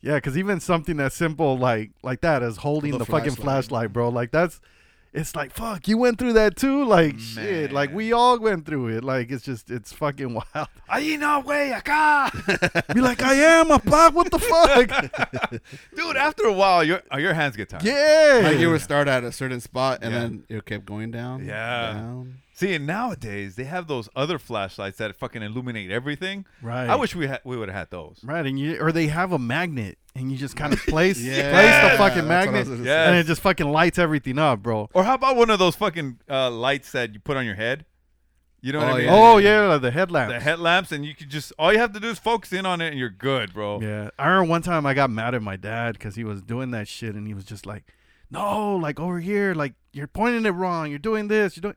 S5: Yeah, because even something as simple like like that as holding the,
S7: The
S5: fucking
S7: flashlight.
S5: flashlight, bro. Like that's, it's like fuck, you went through that too. Like shit, like we all went through it. Like it's just it's fucking wild.
S6: Ahí no, way, acá.
S5: Be like, I am a block. What the fuck?
S6: Dude, after a while, your uh, your hands get tired.
S5: yeah.
S7: Like you would start at a certain spot and
S6: Yeah.
S7: then it kept going down.
S6: Yeah.
S7: Down.
S6: See, and nowadays they have those other flashlights that fucking illuminate everything.
S5: Right.
S6: I wish we had we would have had those.
S5: Right, and you or they have a magnet, and you just kind of place
S7: Yeah,
S5: place the
S7: that's
S5: fucking
S7: what I was
S5: magnet,
S7: gonna
S6: say.
S5: and
S6: Yes.
S5: it just fucking lights everything up, bro.
S6: Or how about one of those fucking uh, lights that you put on your head? You know what I
S7: Oh,
S6: mean?
S7: Yeah.
S5: Oh yeah, the headlamp.
S6: The headlamps, and you could just all you have to do is focus in on it, and you're good, bro.
S5: Yeah. I remember one time I got mad at my dad because he was doing that shit and he was just like, no, like over here, like you're pointing it wrong. You're doing this. You're doing.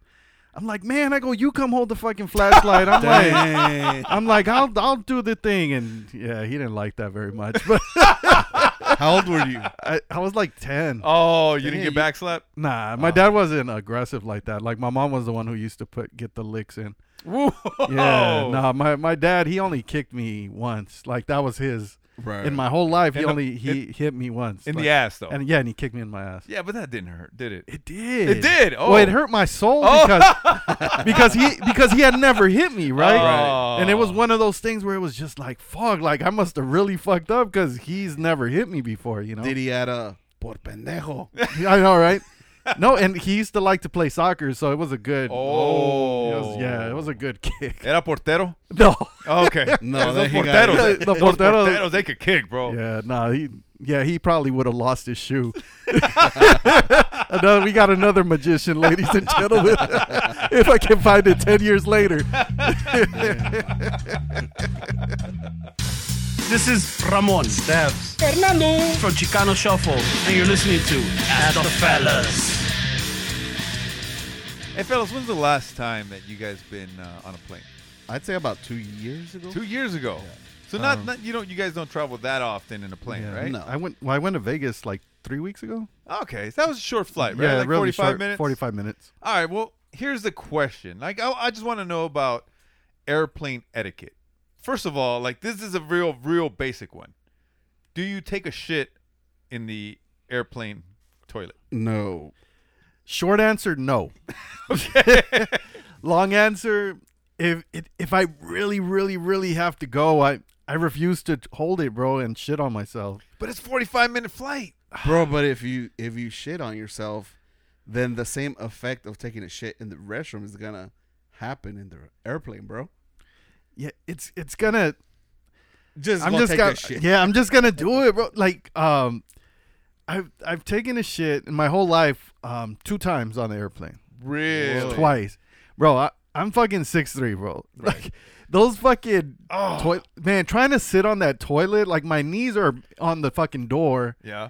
S5: I'm like, man, I go, you come hold the fucking flashlight. I'm like, I'm like, I'll, I'll do the thing. And yeah, he didn't like that very much. But
S7: How old were you?
S5: I, I was like 10.
S6: Oh, you didn't
S7: Yeah,
S6: get
S7: you-
S6: back slapped?
S5: Nah, my dad wasn't aggressive like that. Like my mom was the one who used to put get the licks in.
S6: Whoa.
S5: Yeah.
S6: Oh.
S5: Nah, my, my dad, he only kicked me once. Like that was his.
S7: Right.
S5: In my whole life, he
S6: In the-
S5: only he hit me once.
S6: in
S5: Like-
S6: the ass though.
S5: And yeah, and he kicked me in my ass.
S6: yeah, but that didn't hurt, did it?
S5: It did.
S6: It did? Oh.
S5: Well, it hurt my soul because because he because he had never hit me, right?
S6: Oh.
S5: And it was one of those things where it was just like, fuck, like I must have really fucked up because he's never hit me before, you know.
S7: Did he had a por pendejo?
S5: I know, right? no, and he used to like to play soccer, so it was a good.
S6: oh.
S5: it was- yeah, it was a good kick.
S6: Era portero?
S5: No.
S6: Oh, okay.
S7: No,
S6: Those
S7: then he got-
S6: porteros.
S5: The
S6: those
S5: porteros-
S6: porteros, they could kick, bro.
S5: Yeah, no, he yeah, he probably would have lost his shoe. another, we got another magician, ladies and gentlemen. if I can find it ten years later.
S8: This is Ramon Steps Fernando from Chicano Shuffle, and you're listening to At the Fellas.
S6: Hey, fellas, when's the last time that you guys been uh, on a plane?
S7: I'd say about two years ago.
S6: Two years ago. So not, not you don't you guys don't travel that often in a plane,
S5: Um, Yeah,
S6: right?
S7: No.
S5: I went. Well, I went to Vegas like three weeks ago.
S6: Okay, so that was a short flight, right? like
S5: really
S6: forty-five
S5: short,
S6: minutes.
S5: Forty-five minutes.
S6: All right. Well, here's the question. Like, I, I just want to know about airplane etiquette. First of all, like this is a real, real basic one. Do you take a shit in the airplane toilet?
S7: No.
S5: Short answer, no. Long answer, if it, if I really, really, really have to go, I I refuse to hold it, bro, and shit on myself.
S6: But it's forty-five minute flight.
S7: Bro, but if you if you shit on yourself, then the same effect of taking a shit in the restroom is gonna happen in the airplane, bro.
S5: Yeah, it's it's gonna.
S7: Just
S5: I'm
S7: go
S5: just
S7: take
S5: gonna,
S7: that shit.
S5: yeah, I'm just gonna do it, bro. Like, um, I've I've taken a shit in my whole life, um, two times on the airplane,
S6: Really?
S5: twice, bro. I, I'm fucking six three, bro. Like those fucking
S7: Oh.
S5: toi- man, trying to sit on that toilet, like my knees are on the fucking door.
S6: Yeah.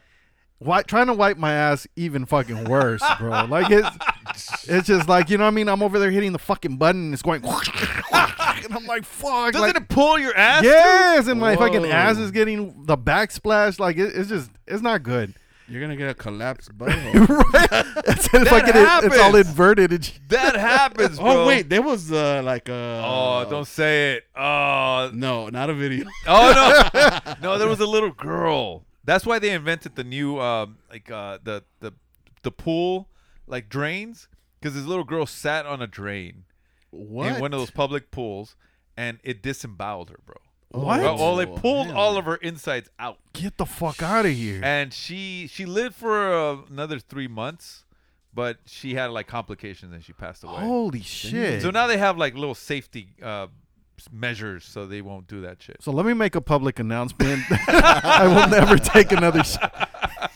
S5: Why trying to wipe my ass even fucking worse, bro? Like it's it's just like you know what I mean. I'm over there hitting the fucking button and it's going, and I'm like, fuck.
S6: Doesn't
S5: like-
S6: it pull your ass?
S5: Yes, and my fucking
S7: Whoa.
S5: ass is getting the backsplash. Like it, it's just, it's not good.
S7: You're gonna get a collapsed butthole.
S5: Right? it's, fucking, it- it's all
S6: happens.
S5: inverted. And shit.
S6: That happens, bro.
S7: oh wait, there was uh, like a.
S6: Oh, don't say it. Oh,
S7: No, not a video.
S6: oh no, no. There was a little girl. That's why they invented the new, um, like uh, the the the pool, like drains, because this little girl sat on a drain
S7: What?
S6: in one of those public pools, and it disemboweled her, bro.
S5: What?
S6: Well, well, they pulled
S7: hell.
S6: all of her insides out,
S5: Get the fuck out of here.
S6: and she she lived for uh, another three months, but she had like complications and she passed away.
S5: Holy shit.
S6: So now they have like little safety uh, s- measures so they won't do that shit.
S5: So let me make a public announcement. I will never take another sh-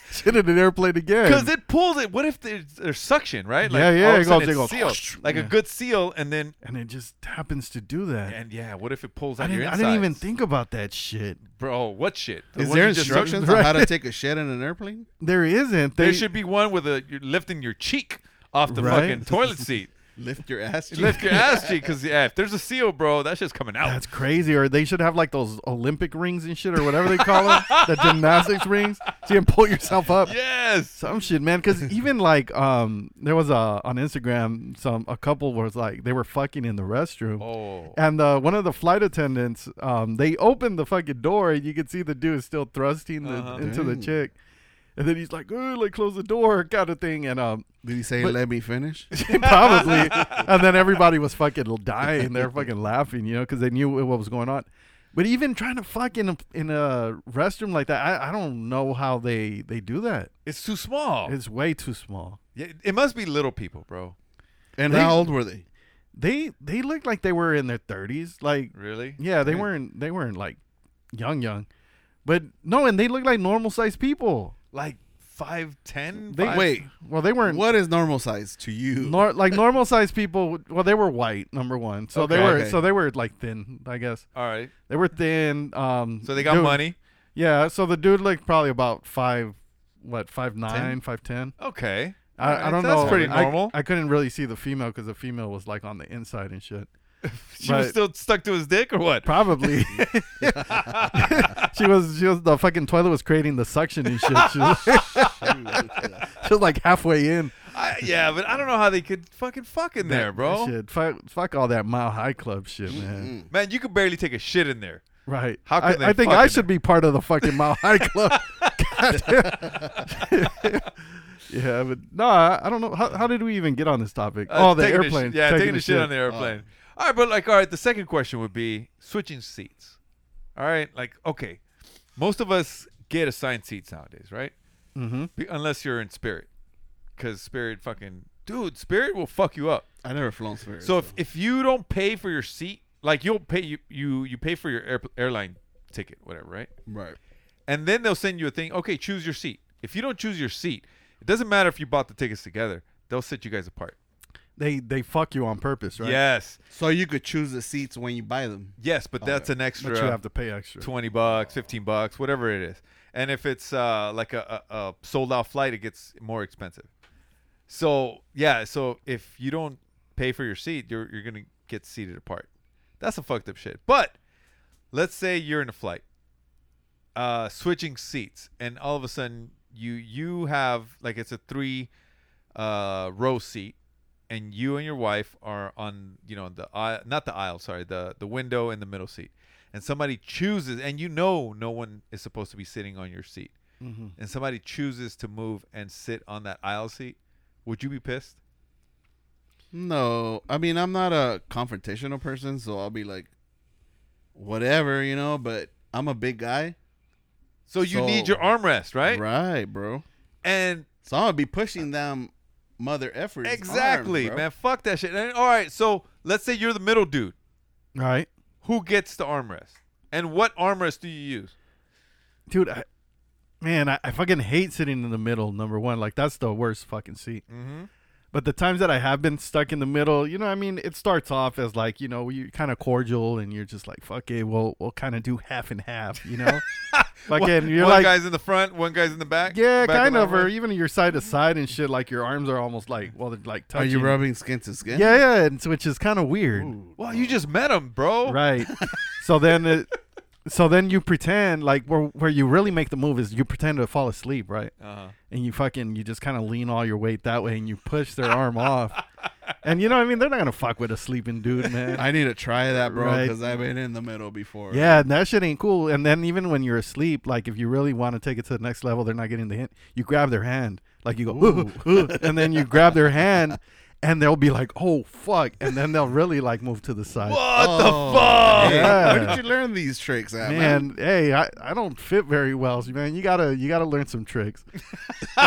S5: shit in an airplane again.
S6: Because it pulls it. What if there's, there's suction, right?
S5: Yeah, yeah,
S6: all of
S5: it
S6: a sudden
S5: goes-
S6: it's
S5: it goes
S6: sealed, like a
S5: yeah.
S6: good seal, and then
S5: and it just happens to do that.
S6: and yeah, what if it pulls
S5: I
S6: out
S5: didn't,
S6: your
S5: I
S6: insides?
S5: didn't even think about that shit.
S6: bro. What shit? The
S7: Is
S6: one
S7: there
S6: you just-
S7: instructions on how to take a shit in an airplane?
S5: There isn't. They,
S6: There should be one with a you're lifting your cheek off the
S5: Right?
S6: fucking toilet seat.
S7: Lift your ass.
S6: Lift your ass cheek, because yeah, if there's a seal, bro, that shit's coming out.
S5: That's crazy. Or they should have like those Olympic rings and shit, or whatever they call them, the gymnastics rings, so you can pull yourself up.
S6: yes.
S5: Some shit, man. Because even like, um, there was a on Instagram, some a couple was like they were fucking in the restroom,
S6: Oh.
S5: and uh, one of the flight attendants, um, they opened the fucking door and you could see the dude is still thrusting the, into the chick, and then he's like, "Ooh, like close the door," kind of thing, and um,
S7: Did he say,
S5: But-
S7: "Let me finish"?
S5: probably. and then everybody was fucking dying. They're fucking laughing, you know, because they knew what was going on. But even trying to fuck in a, in a restroom like that, I, I don't know how they, they do that.
S6: It's too small.
S5: It's way too small.
S6: Yeah, it must be little people, bro.
S7: And
S5: They-
S7: how old were they?
S5: They they looked like they were in their thirties. Like
S6: Really?
S5: yeah, they weren't they weren't like young young, but no, and they looked like normal sized people.
S6: Like five ten?
S5: They
S7: Wait.
S5: Well, they weren't.
S7: What is normal size to you?
S5: Nor, like normal sized people. Well, they were white. Number one, so they
S6: Okay.
S5: were
S7: Okay.
S5: so they were like thin. I guess
S6: All right.
S5: they were thin. Um,
S6: So they got
S5: dude-
S6: money.
S5: Yeah, so the dude looked probably about five, what five nine, five ten.
S6: Okay. All
S5: I, I
S6: right,
S5: don't
S6: that's
S5: know.
S6: pretty
S5: I-
S6: normal.
S5: I, couldn't really see the female because the female was like on the inside and shit.
S6: she was
S5: but-
S6: still stuck to his dick or what?
S5: Probably. she was. She was. The fucking toilet was creating the suction and shit. She was, she was, like halfway in.
S6: I, yeah, but I don't know how they could fucking fuck in there, bro.
S5: Shit. Fuck, fuck all that mile high club shit, man.
S6: Man, you could barely take a shit in there.
S5: Right.
S6: How could
S5: I,
S6: they
S5: I think
S6: fuck
S5: I
S6: in
S5: should be part of the fucking mile high club. Goddamn. yeah, but no, I, I don't know. How, how did we even get on this topic?
S6: Uh,
S5: oh, the
S6: taking a
S5: airplane.
S6: shit- yeah, taking, a shit on the airplane. all right, but like, all right, the second question would be switching seats. All right, like, okay, most of us get assigned seats nowadays, right? Mm-hmm. unless you're in Spirit, because Spirit fucking dude, Spirit will fuck you up.
S7: I never flown Spirit.
S6: So if, if you don't pay for your seat, like you'll pay you you, you pay for your air, airline ticket, whatever, right?
S7: right.
S6: and then they'll send you a thing. Okay, choose your seat. If you don't choose your seat, it doesn't matter if you bought the tickets together. They'll sit you guys apart.
S5: They they fuck you on purpose, right?
S6: Yes,
S7: So you could choose the seats when you buy them.
S6: yes, but that's an
S5: Oh, But
S6: extra
S5: you have to pay extra.
S6: twenty bucks, fifteen bucks, whatever it is. And if it's uh, like a, a, a sold out flight, it gets more expensive. So yeah, so if you don't pay for your seat, you're you're gonna get seated apart. That's some fucked up shit. But let's say you're in a flight, uh, switching seats, and all of a sudden you you have like it's a three uh, row seat, and you and your wife are on you know the aisle, not the aisle, sorry, the the window in the middle seat, and somebody chooses, and you know no one is supposed to be sitting on your seat,
S5: Mm-hmm.
S6: and somebody chooses to move and sit on that aisle seat. Would you be pissed?
S7: No, I mean I'm not a confrontational person, so I'll be like, whatever, you know. But I'm a big guy,
S6: So you
S7: So-
S6: need your armrest, right?
S7: right, bro?
S6: And
S7: So I'm gonna be pushing them, mother effers.
S6: exactly, man, fuck that shit. And all right, so let's say you're the middle dude.
S5: Right.
S6: Who gets the armrest? And what armrest do you use?
S5: dude. I, man, I, I fucking hate sitting in the middle. Number one, like that's the worst fucking seat.
S6: Mm-hmm.
S5: But the times that I have been stuck in the middle, you know, I mean, it starts off as like you know you're kind of cordial and you're just like fuck it, we'll we'll kind of do half and half, you know. fucking,
S6: one,
S5: you're
S6: one
S5: like
S6: guy's in the front, one guy's in the back.
S5: yeah,
S6: back
S5: kind
S6: the
S5: of, or
S6: armrest?
S5: even your side to side and shit. Like your arms are almost like well, they're like
S7: Are
S5: touching.
S7: you rubbing skin to skin?
S5: Yeah, yeah, and so, which is kind of weird.
S6: Well, you just met him, bro.
S5: Right. so then it, so then you pretend like where where you really make the move is you pretend to fall asleep, right?
S6: Uh-huh.
S5: And you fucking you just kind of lean all your weight that way and you push their arm off. And you know what I mean? They're not going to fuck with a sleeping dude, man.
S7: I need to try that, bro,
S5: Right.
S7: because I've been in the middle before.
S5: yeah, and that shit ain't cool. And then even when you're asleep, like if you really want to take it to the next level, they're not getting the hint. You grab their hand, like you go, ooh, ooh, and then you grab their hand, and they'll be like, "Oh fuck!" And then they'll really like move to the side.
S6: What the fuck?
S7: Hey,
S5: Yeah.
S7: Where did you learn these tricks at, man?
S5: man hey I, I don't fit very well so, man you gotta you gotta learn some tricks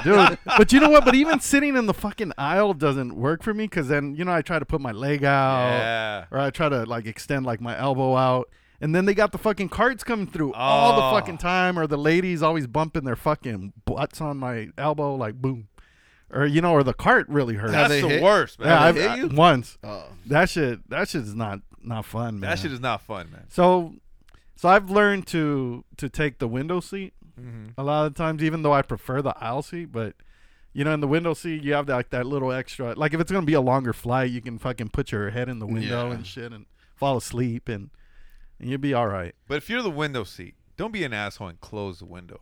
S5: dude but you know what but even sitting in the fucking aisle doesn't work for me because then you know i try to put my leg out
S6: Yeah.
S5: or i try to like extend like my elbow out and then they got the fucking carts coming through all
S6: Oh.
S5: the fucking time or the ladies always bumping their fucking butts on my elbow like boom or you know or the cart really hurts
S7: Have
S6: That's
S7: they
S6: the
S7: hit-
S6: worst, man.
S5: yeah, I've,
S7: hit you?
S5: once
S7: Oh.
S5: that shit that shit's not not fun man
S6: that shit is not fun, man.
S5: so, so I've learned to to take the window seat a lot of times, even though I prefer the aisle seat. But you know, in the window seat, you have that, like that little extra. Like if it's gonna be a longer flight, you can fucking put your head in the window
S7: Yeah.
S5: and shit, and fall asleep, and and you'll be all right.
S6: But if you're the window seat, don't be an asshole and close the window.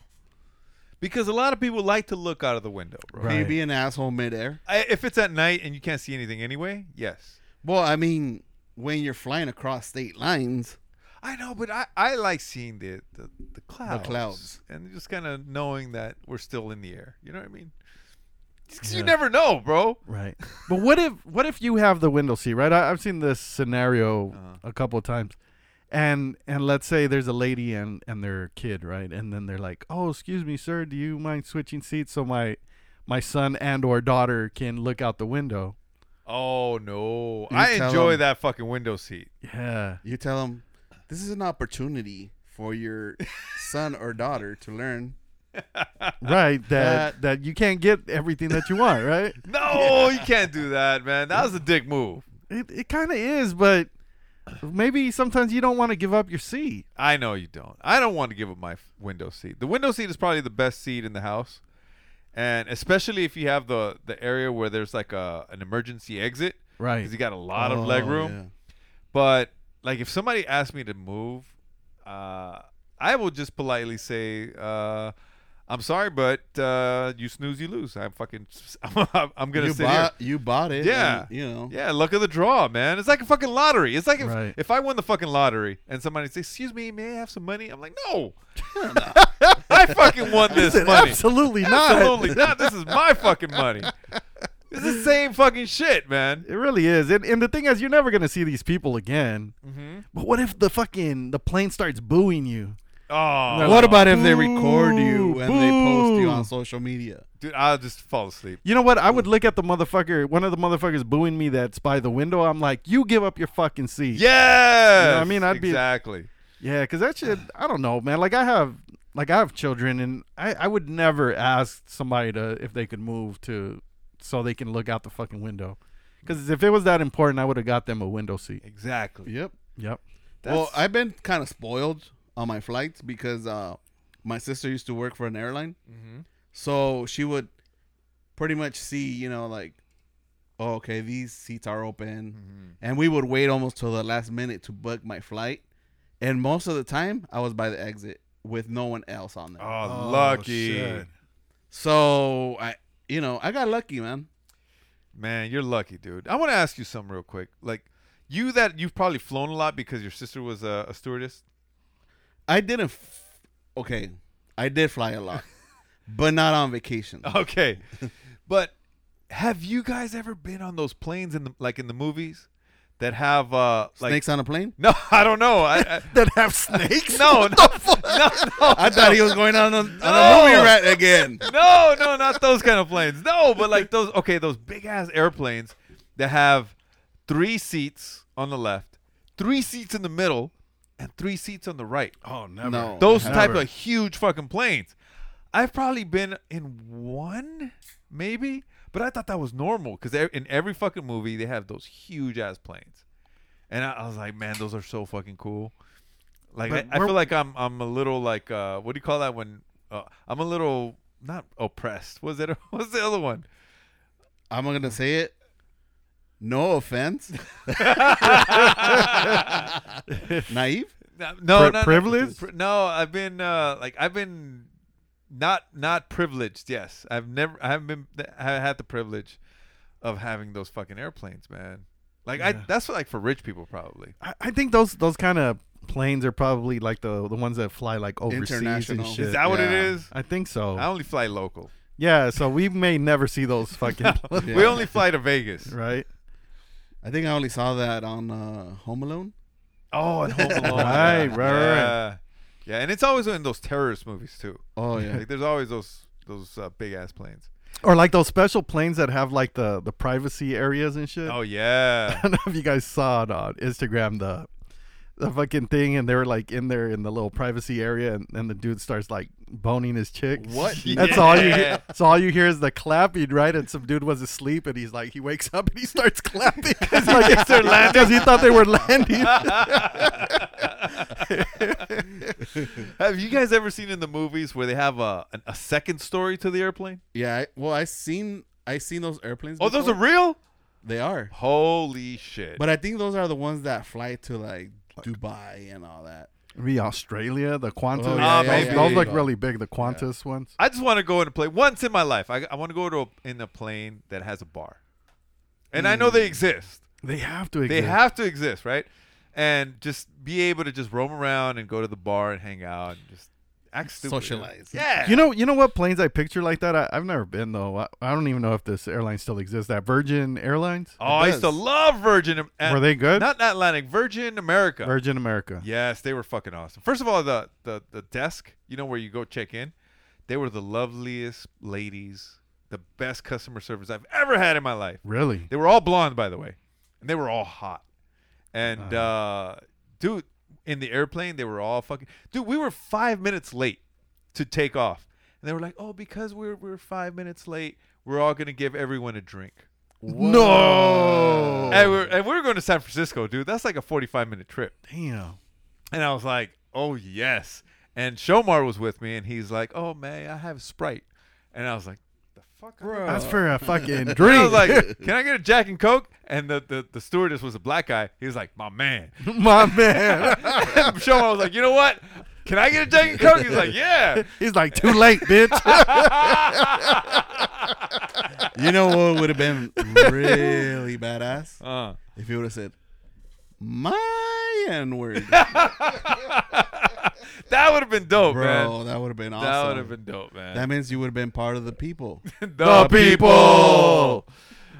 S6: Because a lot of people like to look out of the window, bro.
S5: Right.
S7: Can you be an asshole midair?
S6: I, if it's at night and you can't see anything anyway, yes.
S7: Well, I mean, when you're flying across state lines,
S6: I know, but I, I like seeing the, the, the clouds.
S7: clouds.
S6: And just kind of knowing that we're still in the air. You know what I mean? 'Cause You never know, bro.
S5: Right. But what if what if you have the window seat, right? I, I've seen this scenario a couple of times. And and let's say there's a lady and and their kid, right? And then they're like, "Oh, excuse me, sir, do you mind switching seats so my my son and or daughter can look out the window?"
S6: Oh, no.
S7: You
S6: I
S7: tell
S6: enjoy
S7: 'em.
S6: that fucking window seat.
S5: Yeah.
S7: you tell them this is an opportunity for your son or daughter to learn.
S5: Right, Uh,
S7: That-
S5: that that you can't get everything that you want, right?
S6: No, you can't do that, man. That was a dick move.
S5: It it kind of is, but maybe sometimes you don't want to give up your seat.
S6: I know you don't. I don't want to give up my f- window seat. The window seat is probably the best seat in the house, and especially if you have the the area where there's like a an emergency exit,
S5: Right.
S6: Because you got a lot of leg
S7: Oh,
S6: room. But like if somebody asked me to move, uh, I will just politely say, uh, "I'm sorry, but uh, you snooze, you lose. I'm fucking. I'm,
S7: yeah.
S6: gonna
S7: You
S6: sit here."
S7: bought, you bought it.
S6: Yeah.
S7: and, you know.
S6: Yeah, luck of the draw, man. It's like a fucking lottery. It's like if,
S5: Right.
S6: if I won the fucking lottery and somebody says, "Excuse me, may I have some money?" I'm like, "No, I fucking won this money.
S5: Absolutely not.
S6: Absolutely not. This is my fucking money. It's the same fucking shit, man.
S5: It really is. And, and the thing is, you're never going to see these people again. But what if the fucking the plane starts booing you?
S6: Oh,
S7: What about if they record you
S5: Boo,
S7: and they post you
S5: boo.
S7: on social media?
S6: dude? I'll just fall asleep.
S5: You know what? I would look at the motherfucker, one of the motherfuckers booing me that's by the window. I'm like, you give up your fucking seat.
S6: Yeah.
S5: I mean? I'd be-
S6: exactly.
S5: Yeah, because that shit, I don't know, man. Like I have, like I have children, and I, I would never ask somebody to if they could move to, so they can look out the fucking window. Because if it was that important, I would have got them a window seat.
S6: Exactly.
S7: Yep.
S5: Yep.
S7: well, I've been kind of spoiled on my flights because uh, my sister used to work for an airline,
S6: Mm-hmm.
S7: so she would pretty much see, you know, like, oh, okay, these seats are open,
S6: Mm-hmm.
S7: and we would wait almost till the last minute to book my flight, and most of the time I was by the exit with no one else on there.
S6: Oh, lucky.
S5: shit.
S7: So I, you know, I got lucky, man.
S6: Man, you're lucky, dude. I want to ask you something real quick. Like, you that you've probably flown a lot because your sister was a, a stewardess.
S7: I didn't. F- okay, I did fly a lot, but not on vacation.
S6: Okay, but have you guys ever been on those planes in the like in the movies that have uh like
S7: Snakes on a plane.
S6: no, I don't know. I, I
S5: That have snakes?
S6: no, no, no, no,
S7: I thought he was going on a, on
S6: No.
S7: a movie rat again.
S6: no, no, not those kind of planes. No, but like those okay, those big ass airplanes that have three seats on the left, three seats in the middle, and three seats on the right.
S5: Oh, never.
S7: No.
S6: Those type
S5: Never.
S6: of huge fucking planes. I've probably been in one, maybe, but I thought that was normal because in every fucking movie they have those huge ass planes, and I, I was like, man, those are so fucking cool. Like I,
S5: But
S6: I
S5: we're-
S6: feel like I'm I'm a little like uh, what do you call that when uh, I'm a little not oppressed. Was it? What's the other one?
S7: I'm gonna say it. No offense. Naive.
S6: No, no,
S5: Pri-
S6: no,
S5: privileged?
S6: No, Pri- no, I've been uh, like I've been not not privileged. Yes, I've never I haven't been I haven't had the privilege of having those fucking airplanes, man. Like I that's like for rich people probably.
S5: I, I think those those kind of planes are probably like the the ones that fly like overseas and
S7: International.
S5: shit.
S6: Is that what it
S7: yeah.
S6: is?
S5: I think so.
S6: I only fly local.
S5: Yeah, so we may never see those fucking planes,
S6: We only fly to Vegas.
S5: right?
S7: I think I only saw that on uh, Home Alone.
S6: Oh, and Home Alone.
S5: Right, right,
S6: yeah.
S5: right, right.
S6: Yeah. Yeah, and it's always in those terrorist movies too.
S7: Oh yeah.
S6: Like there's always those those uh, big ass planes.
S5: Or like those special planes that have like the the privacy areas and shit.
S6: Oh yeah.
S5: I don't know if you guys saw it on Instagram the the fucking thing and they were like in there in the little privacy area and, and the dude starts like boning his chick.
S6: What?
S5: That's all you
S6: Yeah.
S5: hear. That's all you hear is the clapping, right? And some dude was asleep and he's like he wakes up and he starts clapping because he thought they were landing.
S6: Have you guys ever seen in the movies where they have a an, a second story to the airplane?
S7: Yeah. I, well, I seen I seen those airplanes.
S6: Oh, those are
S7: before.
S6: real?
S7: They are.
S6: Holy shit!
S7: But I think those are the ones that fly to like Dubai and all that.
S5: Maybe Australia, the Qantas.
S7: Oh, yeah,
S5: those,
S6: yeah, yeah,
S5: those
S6: yeah.
S5: look really big, the Qantas ones.
S6: I just want to go in a plane once in my life. I, I want to go to a, in a plane that has a bar, and I know they exist.
S5: They have to
S6: They
S5: Mm. exist.
S6: have to exist, right? And just be able to just roam around and go to the bar and hang out and just act stupid.
S7: Socialize.
S6: Yeah.
S5: You know, you know what planes I picture like that. I, I've never been though. I, I don't even know if this airline still exists. That Virgin Airlines,
S6: Oh, I used to
S7: does.
S6: love Virgin. Am- uh,
S5: Were they good?
S6: Not Atlantic, Virgin America.
S5: Virgin America.
S6: Yes, they were fucking awesome. First of all, the the the desk, you know where you go check in, they were the loveliest ladies, the best customer service I've ever had in my life.
S5: Really?
S6: They were all blonde, by the way, and they were all hot. And uh, dude, in the airplane, they were all fucking. Dude, we were five minutes late to take off, and they were like, "Oh, because we're we're five minutes late, we're all gonna give everyone a drink."
S5: No.
S6: And we're and we're going to San Francisco, dude. That's like a forty-five minute trip.
S5: Damn.
S6: And I was like, oh, yes. And Shomar was with me, and he's like, oh, man, I have Sprite. And I was like, the fuck? Bro.
S5: That's for a fucking
S6: I
S5: drink.
S6: was like, can I get a Jack and Coke? And the, the, the stewardess was a black guy. He was like, my man.
S5: my man.
S6: Shomar was like, you know what? Can I get a Jack and Coke? He's like, yeah.
S5: He's like too late, bitch.
S7: You know what would have been really badass
S6: Uh,
S7: if you would have said my N word,
S6: that would have been dope,
S7: bro.
S6: man.
S7: That would have been awesome.
S6: That would have been dope, man.
S7: That means you would have been part of the people.
S6: the
S5: people.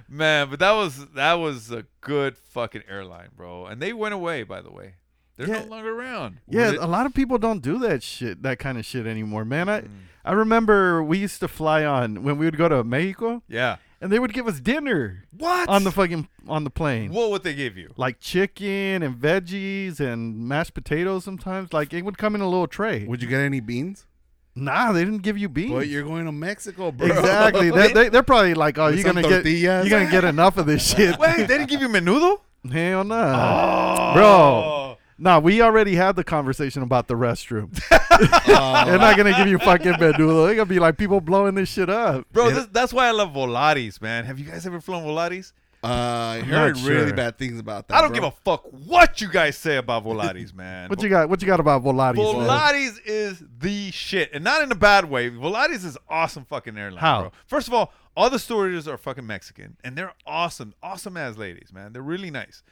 S6: Man, but that was that was a good fucking airline, bro. And they went away, by the way. They're
S5: Yeah.
S6: no longer around.
S5: yeah,
S7: Would it-
S5: a lot of people don't do that shit, that kind of shit anymore, man.
S6: Mm.
S5: I I remember we used to fly on when we would go to Mexico,
S6: Yeah.
S5: and they would give us dinner
S6: What?
S5: on the fucking on the plane.
S6: What would they give you?
S5: Like chicken and veggies and mashed potatoes sometimes. Like it would come in a little tray.
S7: Would you get any beans?
S5: Nah, they didn't give you beans.
S7: But you're going to Mexico, bro.
S5: exactly. They, they, they're probably like, oh,
S7: With
S5: you're
S7: some
S5: gonna get
S7: tortillas.
S5: you're gonna get enough of this shit.
S6: Wait, they Oh. didn't give you menudo?
S5: Hell no, bro. Nah, we already had the conversation about the restroom. They're not gonna give you fucking menudo. They're gonna be like people blowing this shit up.
S6: Oh. Bro, this, that's why I love Volaris, man. Have you guys ever flown Volaris?
S7: Uh, I heard
S5: not
S7: really
S5: sure.
S7: bad things about that.
S6: I don't
S7: bro.
S6: give a fuck what you guys say about Volaris, man.
S5: What you got? What you got about Volatis? man?
S6: Volaris is the shit, and not in a bad way. Volaris is awesome fucking airline.
S5: How?
S6: Bro. First of all, all the stewardess are fucking Mexican, and they're awesome, awesome ass ladies, man. They're really nice.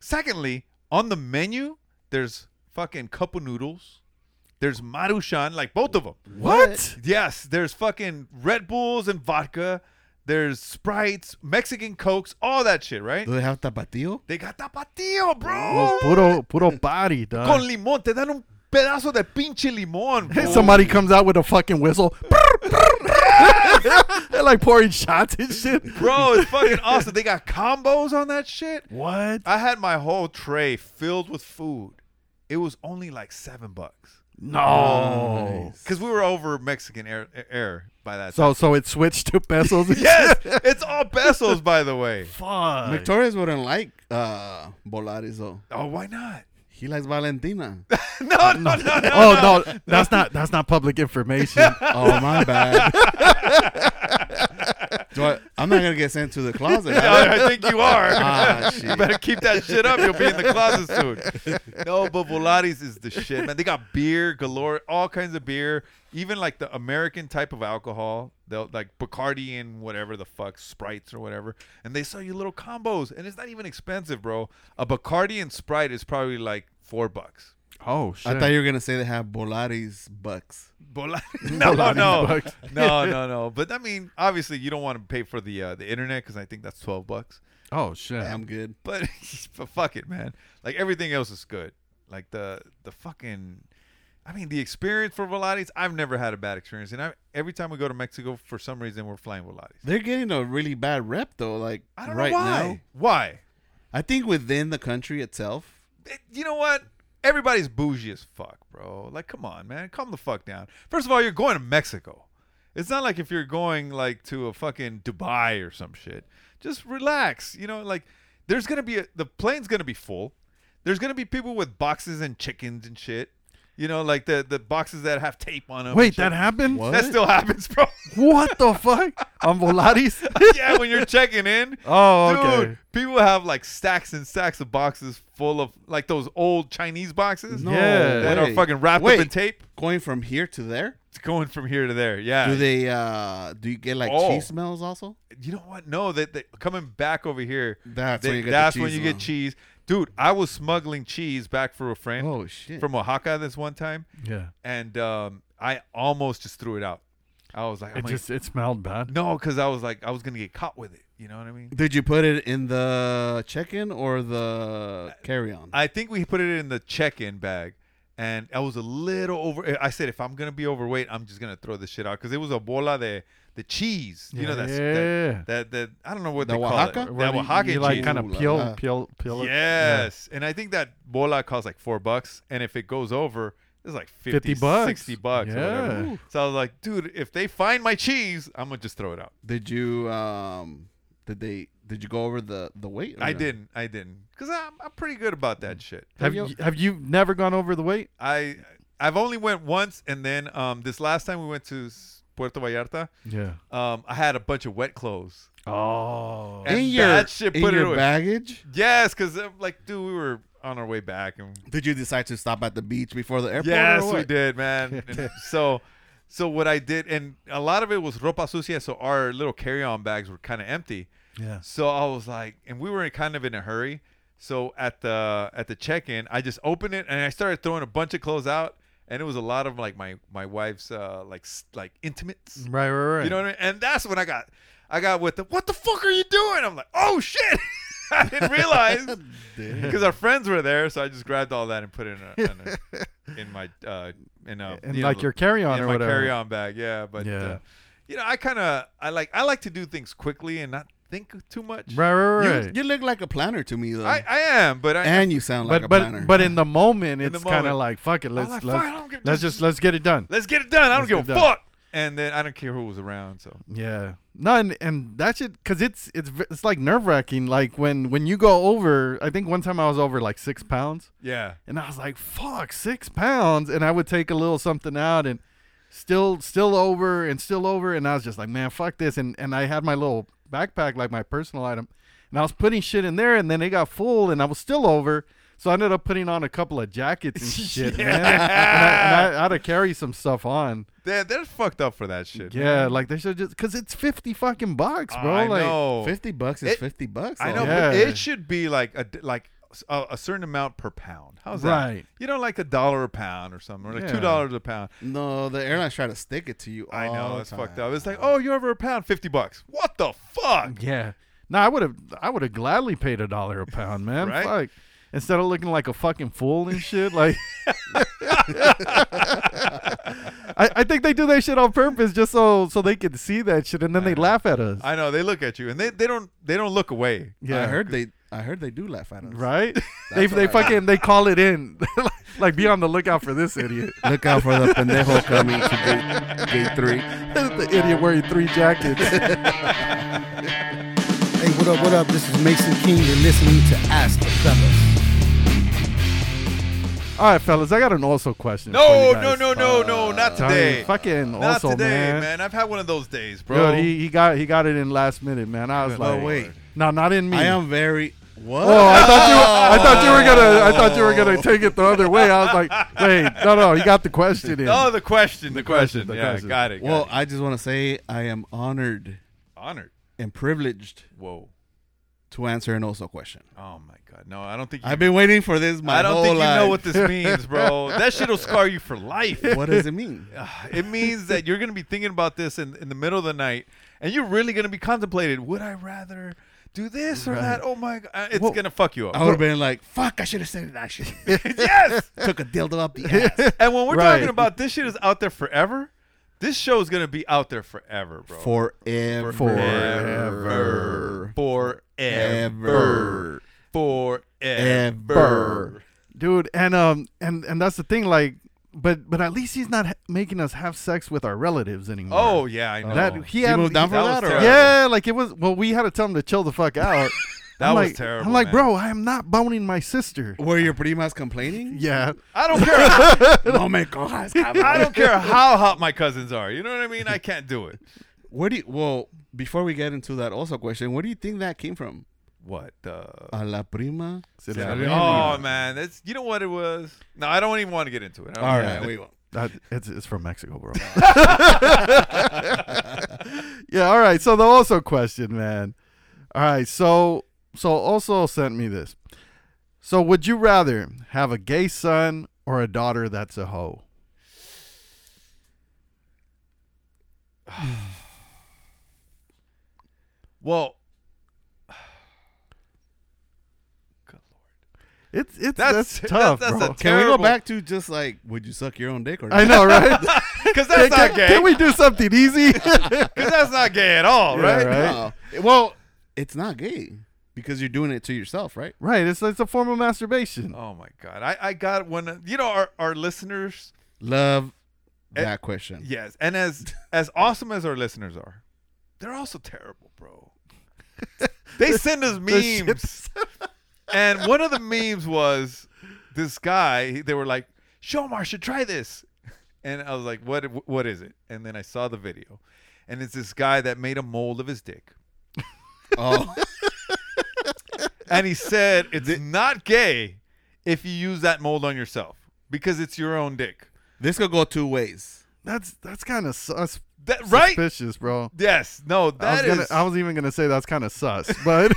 S6: Secondly, on the menu, there's fucking couple noodles. There's Maruchan, like both of them.
S5: What?
S6: Yes, there's fucking Red Bulls and vodka. There's Sprites, Mexican Cokes, all that shit, right?
S7: Do they have tapatio?
S6: They got tapatio, bro.
S5: Oh, puro puro body,
S6: Con
S5: dog.
S6: limón, te dan un pedazo de pinche limón. bro.
S5: Somebody comes out with a fucking whistle. They're like pouring shots and shit.
S6: Bro, it's fucking awesome. They got combos on that shit.
S5: What?
S6: I had my whole tray filled with food. It it was only like seven bucks
S5: No.
S6: because we were over Mexican air, air by that.
S5: So
S6: time.
S5: so it switched to pesos.
S6: yes, it's all pesos, by the way.
S9: Fuck.
S7: Torres wouldn't like uh, Bolaris though.
S6: Oh, why not?
S7: He likes Valentina.
S6: No, no, no, no.
S5: Oh no, that's not that's not public information.
S7: oh my bad. Do I, I'm not gonna get sent to the closet. huh?
S6: I, I think you are.
S7: Ah,
S6: you
S7: shit.
S6: better keep that shit up. You'll be in the closet soon. No, but Volatis is the shit, man. They got beer galore, all kinds of beer, even like the American type of alcohol. They'll like Bacardi and whatever the fuck, Sprites or whatever. And they sell you little combos, and it's not even expensive, bro. A Bacardi and Sprite is probably like four bucks.
S5: oh shit.
S7: I thought you were gonna say they have Bolaris bucks.
S6: Bolati. No,
S5: Bolati's
S6: no,
S5: bucks.
S6: no, no, no. But I mean, obviously, you don't want to pay for the uh, the internet because I think that's twelve bucks.
S5: oh shit.
S7: I'm good.
S6: But, but fuck it, man. Like everything else is good. Like the the fucking, I mean, the experience for Volatis. I've never had a bad experience, and I every time we go to Mexico, for some reason, we're flying Volatis.
S7: They're getting a really bad rep though. Like
S6: I don't
S7: right
S6: know why.
S7: now,
S6: Why?
S7: I think within the country itself,
S6: It- you know what? Everybody's bougie as fuck, bro. Like, come on, man. Calm the fuck down. First of all, you're going to Mexico. It's not like if you're going like to a fucking Dubai or some shit. Just relax. You know, like there's gonna be a, the plane's gonna be full. There's gonna be people with boxes and chickens and shit. You know, like the the boxes that have tape on them.
S5: Wait, that happened?
S7: What?
S6: That still happens, bro.
S5: What the fuck? On Volaris?
S6: yeah, when you're checking in.
S5: Oh,
S6: Dude,
S5: okay.
S6: people have like stacks and stacks of boxes full of like those old Chinese boxes.
S5: No Yeah.
S6: That are
S7: way.
S6: fucking wrapped
S7: Wait.
S6: up in tape.
S7: going from here to there,
S6: It's going from here to there. Yeah.
S7: do they uh do you get like
S6: Oh.
S7: cheese smells also?
S6: you know what? No, that they, coming back over here.
S7: That's
S6: they-
S7: when you get the
S6: that's when
S7: cheese
S6: you
S7: on.
S6: get cheese. Dude, I was smuggling cheese back for a friend
S7: Oh shit.
S6: from Oaxaca this one time,
S5: Yeah.
S6: and um, I almost just threw it out. I was like, I'm
S5: It
S6: like,
S5: just it smelled bad.
S6: no, because I was like, I was gonna get caught with it. You know what I mean?
S7: Did you put it in the check-in or the carry-on?
S6: I think we put it in the check-in bag, and I was a little over. I said, if I'm gonna be overweight, I'm just gonna throw this shit out because it was a bola de the cheese. You know that's
S5: Yeah.
S6: that, that that I don't know what
S7: The
S6: they
S7: Oaxaca?
S6: call it.
S5: Where
S6: That
S5: you-
S6: Oaxacan
S5: you like
S6: cheese.
S5: kind
S7: Ooh
S5: of
S7: la
S5: peel,
S7: la.
S5: peel, peel it.
S6: Yes, and I think that bola costs like four bucks, and if it goes over, it's like 50,
S5: 50 bucks.
S6: 60 bucks. or whatever.
S5: Yeah. Ooh.
S6: So I was like, dude, if they find my cheese, I'm gonna just throw it out.
S7: Did you um did they did you go over the the weight? or
S6: I
S7: no?
S6: didn't, I didn't, cause I'm, I'm pretty good about that shit.
S5: Have you have you never gone over the weight?
S6: I I've only went once, and then um, this last time we went to S- Puerto Vallarta,
S5: Yeah.
S6: um, I had a bunch of wet clothes.
S5: Oh.
S6: And
S7: in your
S6: that shit
S7: in
S6: put it
S7: your
S6: away.
S7: baggage?
S6: Yes, because like, dude, we were on our way back, and
S7: Did you decide to stop at the beach before the airport?
S6: yes,
S7: or
S6: we
S7: what?
S6: did, man. And so, so what I did, and a lot of it was ropa sucia, so our little carry-on bags were kind of empty.
S5: Yeah.
S6: So I was like, and we were kind of in a hurry. So at the at the check-in, I just opened it and I started throwing a bunch of clothes out, and it was a lot of like my my wife's uh like s- like intimates.
S5: Right, right, right.
S6: You know what I mean? And that's when I got, I got with the, what the fuck are you doing? I'm like, oh shit. I didn't realize because our friends were there, so I just grabbed all that and put it in, a, in, a, in my uh, in a
S5: And
S6: you
S5: like your carry-on
S6: in
S5: or
S6: my
S5: whatever.
S6: carry-on bag. Yeah, but
S5: Yeah.
S6: Uh, you know, I kind of I like I like to do things quickly and not think too much.
S5: Right, right, right.
S7: You, you look like a planner to me though.
S6: I, I am, but I
S7: and you sound like
S5: but
S7: a planner.
S5: but but in the moment,
S6: In the
S5: it's kind
S6: moment.
S5: of like fuck it. Let's
S6: like,
S5: let's,
S6: fine, I don't give-
S5: let's just let's get it done.
S6: let's get it done. I don't
S5: Let's
S6: give a
S5: get it done.
S6: fuck. And then I don't care who was around. So
S5: Yeah. No, and, and that shit, cause it's it's v- it's like nerve wracking. Like when when you go over, I think one time I was over like six pounds,
S6: yeah,
S5: and I was like, "Fuck, six pounds!" And I would take a little something out, and still still over and still over, and I was just like, "Man, fuck this!" And and I had my little backpack, like my personal item, and I was putting shit in there, and then it got full, and I was still over. So I ended up putting on a couple of jackets and shit, man. And I, and I, I had to carry some stuff on.
S6: they're they're fucked up for that shit. man.
S5: Yeah, like they should just because it's fifty fucking bucks, bro.
S6: I
S5: like,
S6: know.
S7: Oh. fifty bucks is
S6: It-
S7: fifty bucks.
S6: I
S7: though.
S6: know, but
S5: Yeah.
S6: it should be like a like a, a certain amount per pound. How's that?
S5: Right.
S6: You know, like a dollar a pound or something, or like
S5: Yeah.
S6: two dollars a pound.
S7: No, the airlines try to stick it to you.
S6: I know
S7: all
S6: that's
S7: the
S6: fucked
S7: time.
S6: up. It's like, oh, you're over a pound, fifty bucks. What the fuck?
S5: Yeah. No, I would have. I would have gladly paid a dollar a pound, man.
S6: Right?
S5: Fuck. Instead of looking like a fucking fool and shit, like I, I think they do that shit on purpose just so so they can see that shit and then they laugh at us.
S6: I know they look at you and they, they don't they don't look away.
S5: yeah,
S7: I heard they. I heard they do laugh at us.
S5: Right? they they fucking they call it in. like be on the lookout for this idiot.
S9: Look out for the pendejo coming to gate, gate three.
S5: the idiot wearing three jackets.
S9: Hey, what up, what up? This is Mason King. You're listening to Ask the Fellas.
S5: All right, fellas, I got an also question. for
S6: No,
S5: you
S6: no,
S5: guys.
S6: no, no, no, not
S5: Tommy,
S6: today.
S5: fucking
S6: not
S5: also,
S6: today,
S5: man.
S6: I've had one of those days, bro.
S5: Dude, he, he got he got it in last minute, man. I was
S7: Oh,
S5: like,
S7: wait.
S5: no, not in me.
S7: I am very. What?
S5: Oh, I thought you were, I thought you were gonna
S6: Oh.
S5: I thought you were gonna take it the other way. I was like, wait, no, no, he got the question in.
S6: oh, the question, the, question.
S5: question, the
S6: yeah,
S5: question.
S6: got it. got
S7: well,
S6: it.
S7: I just want to say I am honored
S6: honored.
S7: and privileged
S6: Whoa.
S7: to answer an also question.
S6: Oh my god. No, I don't think. You,
S7: I've been waiting for this my
S6: I don't
S7: whole
S6: think you
S7: life.
S6: know what this means, bro. that shit'll scar you for life.
S7: what does it mean?
S6: It means that you're gonna be thinking about this in, in the middle of the night, and you're really gonna be contemplating: Would I rather do this or that? Oh my god, Uh, it's gonna fuck you
S7: I
S6: up.
S7: would have been like, "Fuck! I should have said it. I should
S6: yes.
S7: took a dildo up the ass."
S6: And when we're
S5: Right.
S6: talking about this shit is out there forever, this show is gonna be out there forever, bro.
S7: Forever.
S5: Forever.
S6: Forever.
S7: Ever.
S6: Forever.
S5: dude and um and and that's the thing like but but at least he's not ha- making us have sex with our relatives anymore
S6: Oh yeah, I know.
S5: that he had
S7: moved down for
S6: was
S7: that, or-
S6: terrible.
S5: yeah like it was well we had to tell him to chill the fuck out
S6: That
S5: I'm
S6: was
S5: like,
S6: terrible,
S5: i'm like
S6: man.
S5: bro i am not boning my sister
S7: Were your primas complaining?
S5: yeah
S6: I don't care. how-
S7: no me cojas, cabrón.
S6: I don't care how hot my cousins are. You know what I mean? I can't do it.
S7: Where do you, well, before we get into that also question, where do you think that came from?
S6: What? Uh,
S7: A la prima.
S5: Sit
S7: se
S5: down.
S7: le-
S6: oh man, that's you know what it was. No, I don't even want to get into it.
S7: All right, we won't.
S5: that, it's, it's from mexico bro yeah all right so the also question man all right so so also sent me this so would you rather have a gay son or a daughter that's a hoe
S6: Well,
S5: It's it's
S6: That's-
S5: that's, tough,
S6: that's-
S5: bro.
S6: that's a
S7: Can we go
S6: Terrible.
S7: back to just like, would you suck your own dick or not?
S5: I know, right?
S6: because
S5: can,
S6: that's not
S5: can-
S6: gay.
S5: can we do something easy?
S6: Because that's not gay at all, right?
S5: right?
S7: No. Uh, Well, it's not gay because you're doing it to yourself, right?
S5: Right. It's it's a form of masturbation.
S6: Oh my god, I I got one. You know our our listeners.
S7: Love
S6: Eh,
S7: that question.
S6: Yes, and as as awesome as our listeners are, they're also terrible, bro. They send us
S5: shit-
S6: memes, and one of the memes was this guy. They were like, "Shomar should try this," and I was like, "What? What is it?" And then I saw the video, and it's this guy that made a mold of his dick,
S7: Oh,
S6: and he said it's not gay if you use that mold on yourself because it's your own dick.
S7: this could go two ways.
S5: That's that's kind of sus.
S6: That right?
S5: Suspicious, bro.
S6: Yes. No.
S5: I was,
S6: That is.
S5: gonna, I was even gonna say that's kind of sus, but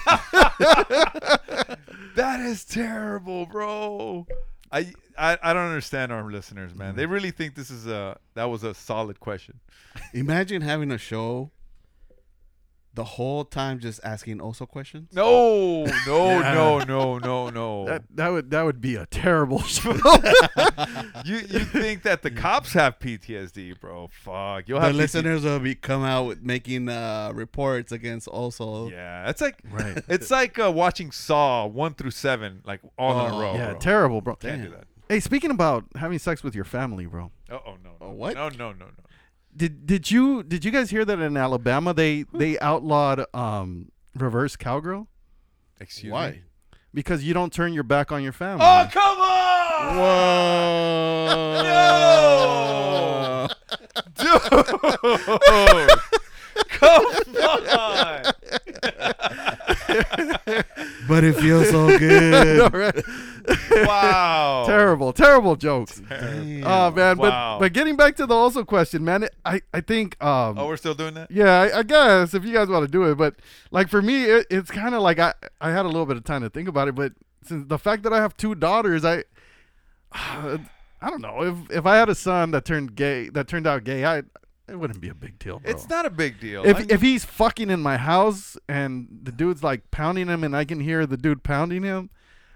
S6: That is terrible, bro. I, I I don't understand our listeners, man. They really think this is a that was a solid question.
S7: Imagine having a show the whole time just asking also questions.
S6: No, no, no, no, no, no.
S5: that, that would that would be a terrible show.
S6: you you think that the cops have PTSD, bro? Fuck, you'll
S7: The
S6: have PTSD.
S7: listeners will be come out with making uh, reports against also.
S6: Yeah, it's like
S5: Right.
S6: it's like uh, watching Saw one through seven, like all in a
S7: Oh,
S6: row.
S5: yeah,
S6: bro.
S5: terrible, bro.
S6: Can't do that.
S5: Hey, speaking about having sex with your family, bro.
S6: Oh, oh no, no,
S7: Oh, what?
S6: No, no, no, no.
S5: Did did you did you guys hear that in Alabama they they outlawed um reverse cowgirl
S6: Excuse me.
S7: Why?
S5: because you don't turn your back on your family?
S6: Oh come on!
S7: Whoa!
S6: No! Dude! Come on!
S7: But it feels so
S6: Oh,
S7: good.
S6: Wow.
S5: Oh. terrible, terrible jokes. Oh man,
S6: Wow.
S5: but but getting back to the also question, man, it, I I think um
S6: Oh, we're still doing that?
S5: yeah, I, I guess if you guys want to do it, but like for me, it, it's kind of like I I had a little bit of time to think about it, but since the fact that I have two daughters, I I don't know if if I had a son that turned gay that turned out gay, I it wouldn't be a big deal. Bro.
S6: It's not a big deal.
S5: Oh.
S6: I-
S5: If, if he's fucking in my house and the dude's like pounding him and I can hear the dude pounding him,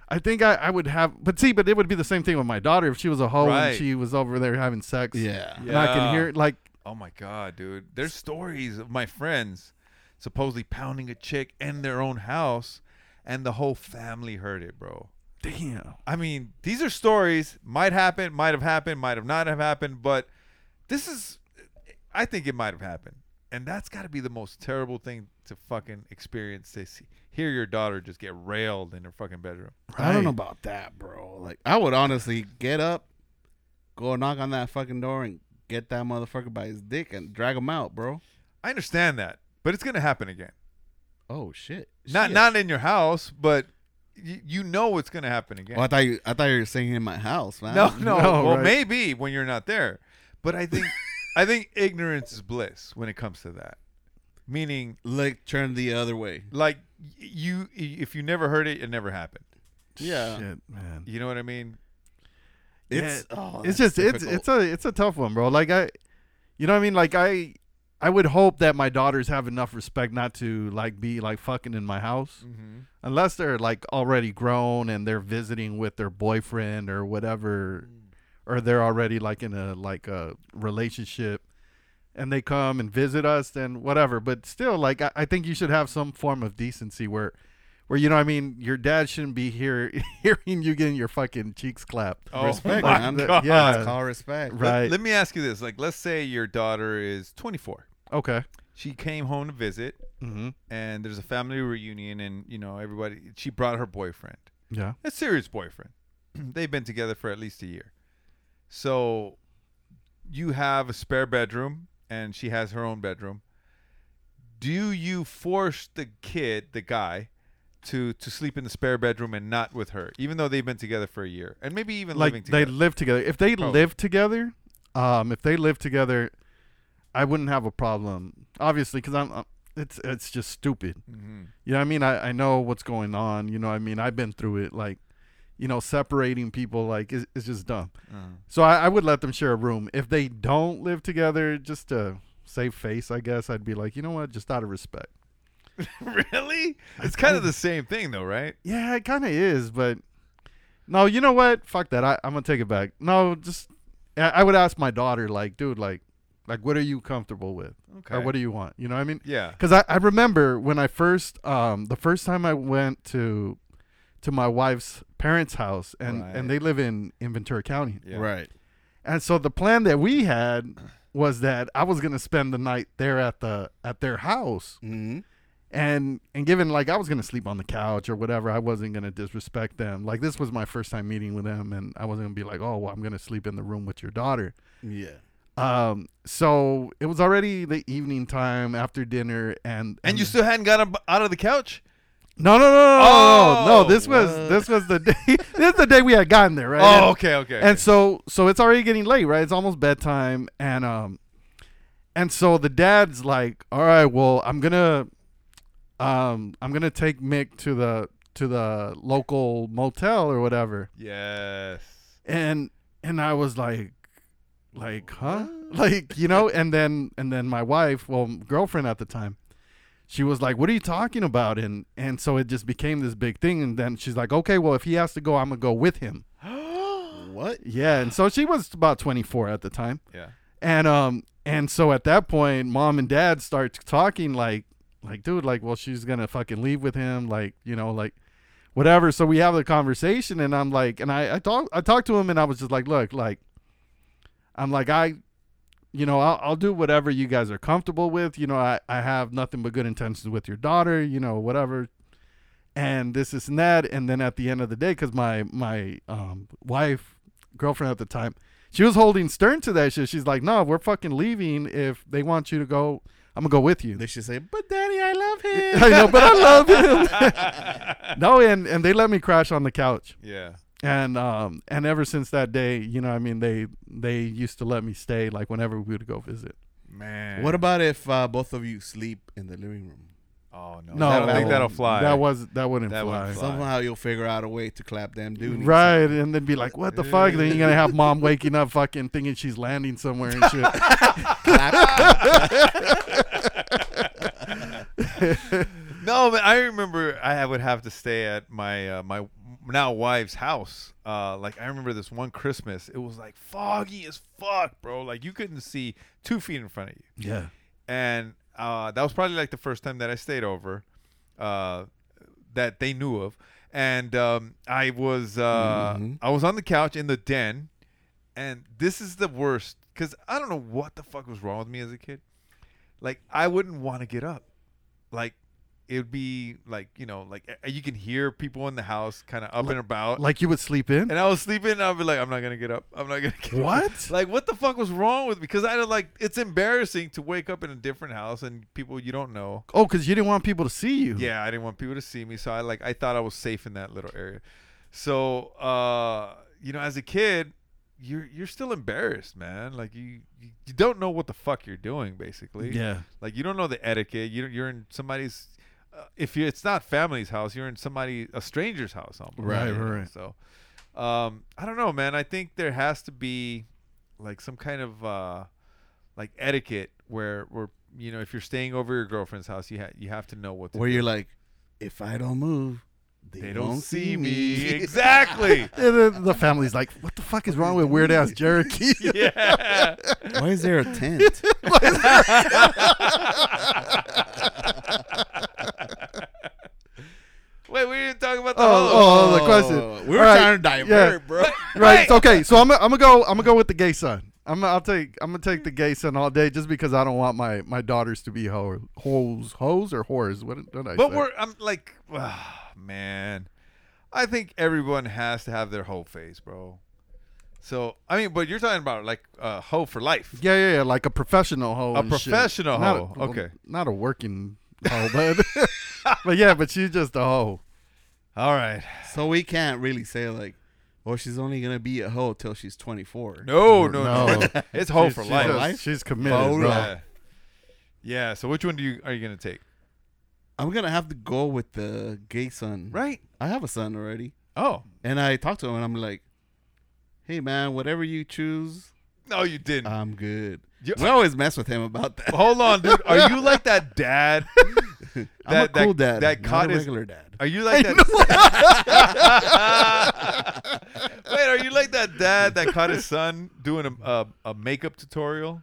S5: I think I, I would have. But see, but it would be the same thing with my daughter if she was a hoe
S6: Right.
S5: and she was over there having sex.
S7: Yeah.
S5: And I can hear like,
S6: oh my God, dude. There's stories of my friends supposedly pounding a chick in their own house. and the whole family heard it, bro.
S5: Damn.
S6: I mean, these are stories might happen, might have happened, might have not have happened, but this is I think it might have happened. And that's got to be the most terrible thing to fucking experience to see, hear your daughter just get railed in her fucking bedroom.
S7: I don't know about that, bro. Like, I would honestly get up, go knock on that fucking door, and get that motherfucker by his dick and drag him out, bro.
S6: I understand that, but it's going to happen again.
S7: Oh shit!
S6: Not
S7: Shit.
S6: not in your house, but y- you know it's going to happen again.
S7: Oh, I thought you. I thought you were saying in my house, man.
S6: No, no.
S5: No,
S6: well,
S5: right.
S6: maybe when you're not there, but I think I think ignorance is bliss when it comes to that. Meaning,
S7: Like, turn the other way.
S6: like y- you, if you never heard it, it never happened.
S7: Yeah.
S5: Shit, man.
S6: You know what I mean?
S7: It's
S5: Yeah,
S7: oh,
S5: it's
S7: that's
S5: just it's
S7: difficult.
S5: it's a it's a tough one, bro. Like I, you know what I mean? Like I, I would hope that my daughters have enough respect not to like be like fucking in my house,
S6: Mm-hmm.
S5: unless they're like already grown and they're visiting with their boyfriend or whatever,
S6: Mm.
S5: or they're already like in a like a relationship, and they come and visit us, then whatever. But still, like I, I think you should have some form of decency where. Where you know, what I mean, your dad shouldn't be here hearing you getting your fucking cheeks clapped.
S6: Oh
S7: respect,
S6: my
S7: man.
S6: God.
S7: It's
S5: Yeah.
S7: called respect.
S6: Let-
S5: Right.
S6: Let, me ask you this: like, let's say your daughter is 24.
S5: okay.
S6: She came home to visit,
S5: Mm-hmm.
S6: and there's a family reunion, and you know everybody. She brought her boyfriend,
S5: Yeah.
S6: a serious boyfriend. They've been together for at least a year. So you have a spare bedroom and she has her own bedroom. Do you force the kid, the guy, to to sleep in the spare bedroom and not with her, even though they've been together for a year and maybe even living
S5: Like they
S6: together?
S5: live together. If they
S6: Probably.
S5: live together, um, if they live together, I wouldn't have a problem. Obviously, because I'm. uh, it's it's just stupid.
S6: Mm-hmm.
S5: You know what I mean? I, I know what's going on. You know what I mean? I've been through it. Like, you know, separating people like is it's just dumb.
S6: Uh-huh.
S5: So I, I would let them share a room. If they don't live together, just to save face, I guess I'd be like, you know what? Just out of respect.
S6: really? It's kind of the same thing, though, right?
S5: Yeah, it kind of is, but no, you know what? Fuck that. I, I'm gonna take it back. No, just I, I would ask my daughter, like, dude, like, like, what are you comfortable with,
S6: Okay.
S5: or what do you want? You know what I mean?
S6: Yeah.
S5: Because I, I remember when I first, um, the first time I went to to my wife's parents' house, and
S6: Right.
S5: and they live in in Ventura County,
S6: Yeah.
S7: Right.
S5: and so the plan that we had was that I was gonna spend the night there at the at their house
S7: Mm-hmm.
S5: and and given like I was gonna sleep on the couch or whatever, I wasn't gonna disrespect them. Like this was my first time meeting with them, and I wasn't gonna be like, oh, well, I'm gonna sleep in the room with your daughter.
S7: Yeah.
S5: Um, so it was already the evening time after dinner, and
S6: And you still hadn't got up out of the couch?
S5: no no no no no, no,
S6: Oh,
S5: no this was this was the day this is the day we had gotten there right. And-
S6: Oh, okay, okay. okay.
S5: and so so it's already getting late right it's almost bedtime and um and so the dad's like all right well i'm gonna um i'm gonna take mick to the to the local motel or whatever
S6: yes.
S5: and and i was like like huh like you know and then and then my wife well girlfriend at the time she was like what are you talking about and and so it just became this big thing and then she's like okay well if he has to go i'm gonna go with him
S7: What?
S5: yeah, and so she was about 24 at the time.
S6: Yeah.
S5: And um and so at that point, mom and dad start talking like like dude, like well she's going to fucking leave with him, like, you know, like whatever. So we have the conversation and I'm like and I I talk I talked to him and I was just like, look, like I'm like I you know, I'll, I'll do whatever you guys are comfortable with. You know, I, I have nothing but good intentions with your daughter, you know, whatever. And this, is and that. And then at the end of the day, because my, my um, wife, girlfriend at the time, she was holding stern to that shit. She's like, no, we're fucking leaving. If they want you to go, I'm going to go with you.
S7: They should say, "But Daddy, I love him."
S5: I know, but I love him. no, and, and they let me crash on the couch.
S6: Yeah.
S5: And um and ever since that day, you know, I mean, they they used to let me stay like whenever we would go visit.
S6: Man.
S7: What about if uh, both of you sleep in the living room?
S6: Oh no.
S5: No,
S6: I don't
S5: that
S6: think
S5: won't-
S6: that'll fly.
S5: That was that wouldn't
S6: That
S5: fly.
S6: wouldn't fly.
S7: Somehow you'll figure out a way to clap them dude.
S5: Right, and then be like, "What the fuck?" Then you're gonna have mom waking up, fucking thinking she's landing somewhere and shit.
S6: No, but I remember I would have to stay at my uh, my now wife's house. Uh, like I remember this one Christmas, it was like foggy as fuck, bro. Like you couldn't see two feet in front of you.
S5: Yeah,
S6: and uh, that was probably like the first time that I stayed over. Uh, that they knew of, and um, I was uh, I was on the couch in the den, and this is the worst because I don't know what the fuck was wrong with me as a kid. Like I wouldn't want to get up, like. It would be like you know, like uh, you can hear people in the house kind of up and about.
S5: Like you would sleep in.
S6: And I was sleeping, and I'd be like, I'm not gonna get up. I'm not gonna get up.
S5: What?
S6: Like, what the fuck was wrong with me? Because I don't like. It's embarrassing to wake up in a different house and people you don't know.
S5: Oh, because you didn't want people to see you.
S6: Yeah, I didn't want people to see me, so I like I thought I was safe in that little area. So, uh, you know, as a kid, you're you're still embarrassed, man. Like you you you don't know what the fuck you're doing, basically.
S5: Yeah.
S6: Like you don't know the etiquette. You you're in somebody's. Uh, if you, it's not family's house, you're in somebody a stranger's house almost.
S5: Right,
S6: you know?
S5: right, right.
S6: So, um, I don't know, man. I think there has to be like some kind of uh, like etiquette where where you know if you're staying over your girlfriend's house, you ha- you have to know what to
S7: Where
S6: do.
S7: you're like, if I don't move, they,
S6: They don't see me exactly.
S5: And then the family's like, what the fuck is wrong with weird ass Cherokee?
S6: yeah.
S7: Why is there a tent?
S6: Wait, we didn't talk about the oh,
S5: oh, oh, the question.
S7: We were
S5: All right,
S7: trying to divert,
S5: yeah.
S7: bro.
S5: Right. it's okay. So I'm gonna- I'm gonna go. I'm gonna go with the gay son. I'm gonna- I'll take I'm gonna take the gay son all day just because I don't want my my daughters to be ho- hoes hoes or whores. What did I
S6: But
S5: say?
S6: we're I'm like, ah, man, I think everyone has to have their whole phase, bro. So I mean, but you're talking about like uh, hoe for life.
S5: yeah, yeah, yeah, like a professional hoe.
S6: A
S5: and shit.
S6: professional
S5: Not
S6: hoe,
S5: well,
S6: okay.
S5: Not a working hoe, but but yeah, but she's just a hoe.
S6: All right.
S7: So we can't really say like, well, she's only gonna be a hoe till she's 24.
S6: No, Oh, no, no.
S5: No.
S6: it's hoe
S5: She's-
S6: for
S5: she's
S6: life.
S5: just-
S7: Life?
S5: She's committed,
S7: Oh,
S5: bro.
S6: Yeah. yeah. So which one do you are you gonna take?
S7: I'm gonna have to go with the gay son.
S6: Right.
S7: I have a son already,
S6: Oh
S7: and I talked to him, and I'm like, hey man, whatever you choose,
S6: no, you didn't.
S5: Uh,
S7: I'm good.
S6: You-
S7: we always mess with him about that.
S6: Hold on, dude. Are you like that dad?
S7: I'm
S6: that-
S7: a cool dad.
S6: that- that
S7: not
S6: caught
S7: a
S6: his-
S7: regular dad.
S6: Are you like that? Wait, are you like that dad that caught his son doing a a, a makeup tutorial?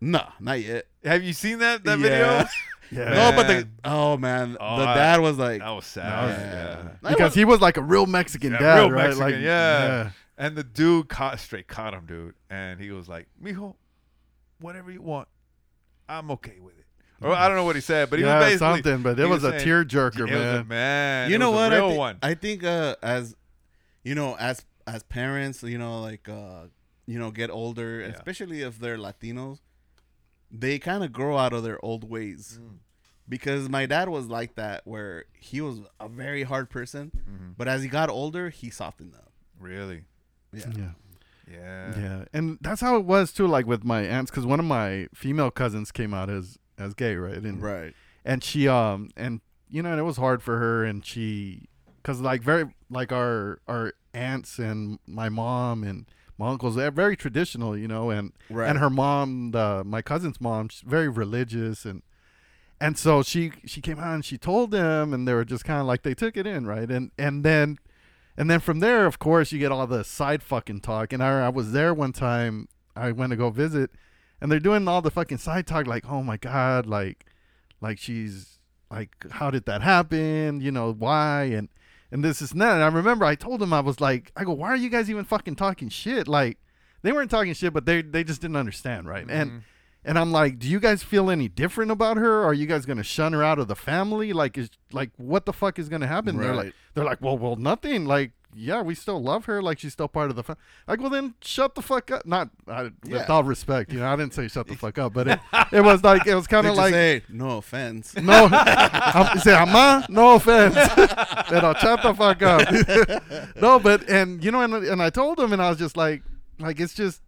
S7: No, not yet.
S6: Have you seen that that
S7: Yeah.
S6: video?
S5: Yeah.
S7: No, but the
S6: Man.
S7: oh man,
S6: Oh,
S7: the
S6: I-
S7: dad was like,
S6: That was sad. yeah.
S5: because he was like a real Mexican
S6: Yeah,
S5: dad,
S6: real
S5: right?
S6: Mexican,
S5: like,
S6: yeah. And the dude caught straight caught him, dude, and he was like, "Mijo, whatever you want, I'm okay with it." Or I don't know what he said, but he
S5: Yeah,
S6: was basically
S5: something, but it
S6: he
S5: was a
S6: saying-
S5: tearjerker,
S6: It was a
S5: man.
S6: man.
S7: you
S6: It
S7: know
S6: was
S7: what?
S6: A real
S7: I, thi-
S6: one.
S7: I think uh, as you know, as as parents, you know, like uh, you know, get older, especially if they're Latinos, they kind of grow out of their old ways.
S5: Mm.
S7: Because my dad was like that, where he was a very hard person,
S5: Mm-hmm.
S7: but as he got older, he softened up.
S6: really?
S5: yeah.
S6: Yeah.
S5: Yeah, and that's how it was too. Like with my aunts, because one of my female cousins came out as as gay, Mm-hmm. right? And
S7: Right.
S5: and she um and you know and it was hard for her, and she because like very like our our aunts and my mom and my uncles they're very traditional, you know, and
S7: Right.
S5: and her mom, the my cousin's mom, she's very religious and. And so she she came out and she told them, and they were just kind of like they took it in, right? And and then and then from there, of course, you get all the side fucking talk. And I, I was there one time. I went to go visit, and they're doing all the fucking side talk, like, "Oh my god, like, like she's like, how did that happen? You know why?" And and this is that. And I remember I told them I was like, "I go, why are you guys even fucking talking shit?" Like, they weren't talking shit, but they they just didn't understand, right? And and I'm like, "Do you guys feel any different about her? Are you guys gonna shun her out of the family? Like, is like what the fuck is gonna happen?" They're like
S7: Right.
S5: they're like, well, well, nothing. Like, yeah, we still love her. Like, she's still part of the. Fa-. Like, well, then shut the fuck up. Not I, with all respect, you know, I didn't say shut the fuck up, but it, it was like it was kind
S7: They
S5: of
S7: just
S5: like
S7: say no offense.
S5: no. I'm, say, "Ama, no offense, but I'll shut the fuck up. no, but and you know, and and I told him, and I was just like, like it's just,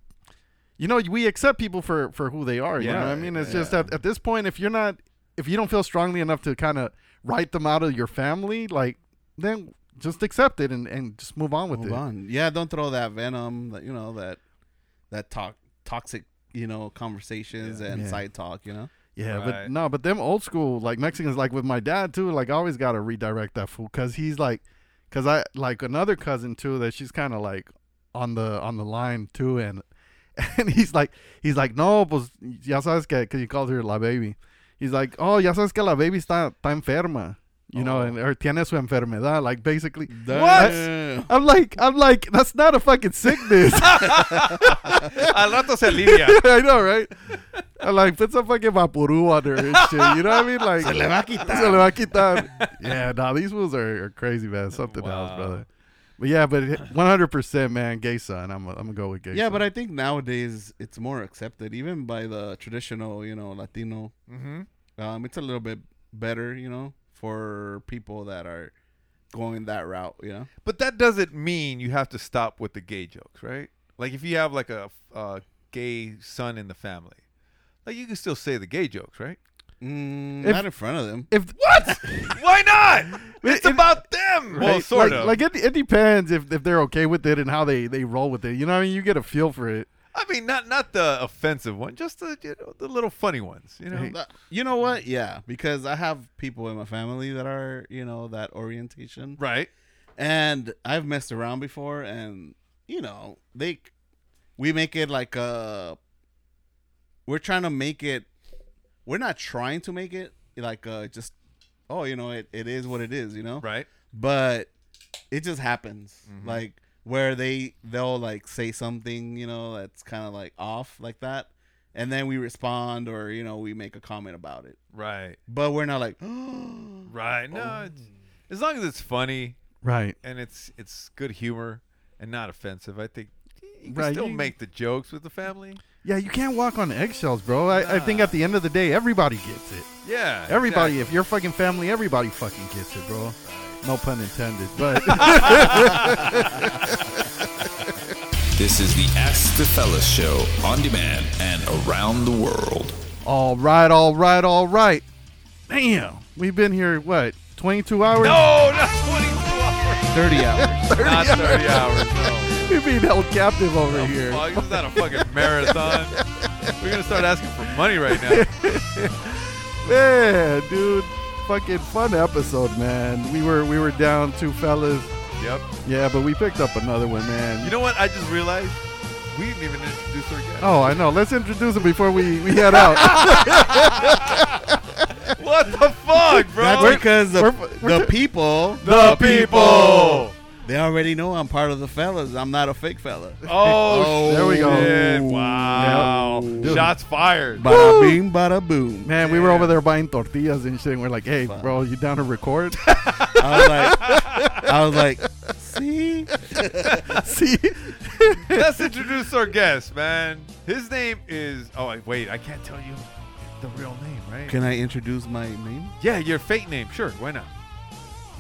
S5: you know, we accept people for for who they are. You know, what I
S6: Right,
S5: mean, it's just at, at this point, if you're not, if you don't feel strongly enough to kind of write them out of your family, like then just accept it and and just move on with
S7: Move
S5: it.
S7: on. Yeah, don't throw that venom. That you know that that talk toxic. You know conversations and
S5: Yeah.
S7: side talk. You know.
S5: Yeah,
S6: Right.
S5: but no, but them old school like Mexicans, like with my dad too. Like I always gotta redirect that fool because he's like, because I like another cousin too that she's kind of like on the on the line too, and and he's like he's like no, pues ya sabes que because he calls her la baby. He's like oh ya sabes que la baby está, está enferma. you know, and or tiene su enfermedad, like basically.
S7: What?
S5: I'm like, I'm like, that's not a fucking sickness.
S6: Al rato se alivia.
S5: I know, right? I'm like, put some fucking vaporú on her and shit. You know what I mean? Like,
S7: Se le va a quitar.
S5: se le va a quitar. Yeah, nah, these fools are, are crazy, man. Something else,
S6: Wow.
S5: brother. But yeah, but 100%, man, gay son. I'm, I'm gonna go with gay.
S7: Yeah,
S5: son.
S7: but I think nowadays it's more accepted, even by the traditional, you know, Latino.
S6: Mhm.
S7: Um, it's a little bit better, you know, for people that are going that route, you know.
S6: But that doesn't mean you have to stop with the gay jokes, right? Like if you have like a, a gay son in the family, like you can still say the gay jokes, right?
S7: Mm,
S5: If-
S7: not in front of them.
S5: if
S6: What? Why not? It's about them. Well,
S5: Right?
S6: sort
S5: like,
S6: of.
S5: Like it, it depends if, if they're okay with it and how they, they roll with it. You know what I mean? You get a feel for it.
S6: I mean, not not the offensive one, just the you know, the little funny ones. You know,
S7: Th- Uh, You know what? Yeah, because I have people in my family that are, you know, that orientation.
S6: right?
S7: and I've messed around before, and you know they, we make it like a. We're trying to make it. We're not trying to make it like uh just, oh you know it, it is what it is you know
S6: Right.
S7: but it just happens like where they they'll like say something you know that's kind of like off like that, and then we respond or you know we make a comment about it,
S6: Right.
S7: but we're not like
S6: Right. No, it's, as long as it's funny
S5: Right.
S6: and it's it's good humor and not offensive, I think you can
S5: Right,
S6: still
S5: you-
S6: make the jokes with the family.
S5: Yeah, you can't walk on eggshells, bro. I, I think at the end of the day, everybody gets it.
S6: Yeah.
S5: Everybody,
S6: exactly.
S5: if you're fucking family, everybody fucking gets it, bro. No pun intended, but
S1: This is the Ask the Fellas show on demand and around the world.
S5: all right, all right, all right. Damn, we've been here what 22 hours?
S6: No, not 22 hours.
S7: thirty hours.
S6: Not 30 hours. No.
S5: we've been held captive over here.
S6: Fuck, this is not a fucking marathon. We're gonna start asking for money right now.
S5: Man, dude, fucking fun episode, man. We were we were down two fellas,
S6: Yep.
S5: yeah, but we picked up another one, man.
S6: You know what? I just realized we didn't even introduce our guest.
S5: oh, I know. Let's introduce him before we we head out.
S6: What the fuck, bro?
S7: That's because the,
S5: we're- we're
S7: the
S5: t-
S7: people
S6: the people.
S7: They already know I'm part of the fellas. I'm not a fake fella.
S6: Oh, oh
S5: there we go.
S6: shit. Wow.
S5: Dude.
S6: Shots fired.
S7: Bada bing, bada boom.
S5: Man, we were over there buying tortillas and shit. And we're like, hey, bro, you down to record?
S7: I was like, I was like, see,
S5: See,
S6: Let's introduce our guest, man. His name is. Oh I- wait, I can't tell you the real name, right?
S7: can I introduce my name?
S6: yeah, your fake name. Sure, why not?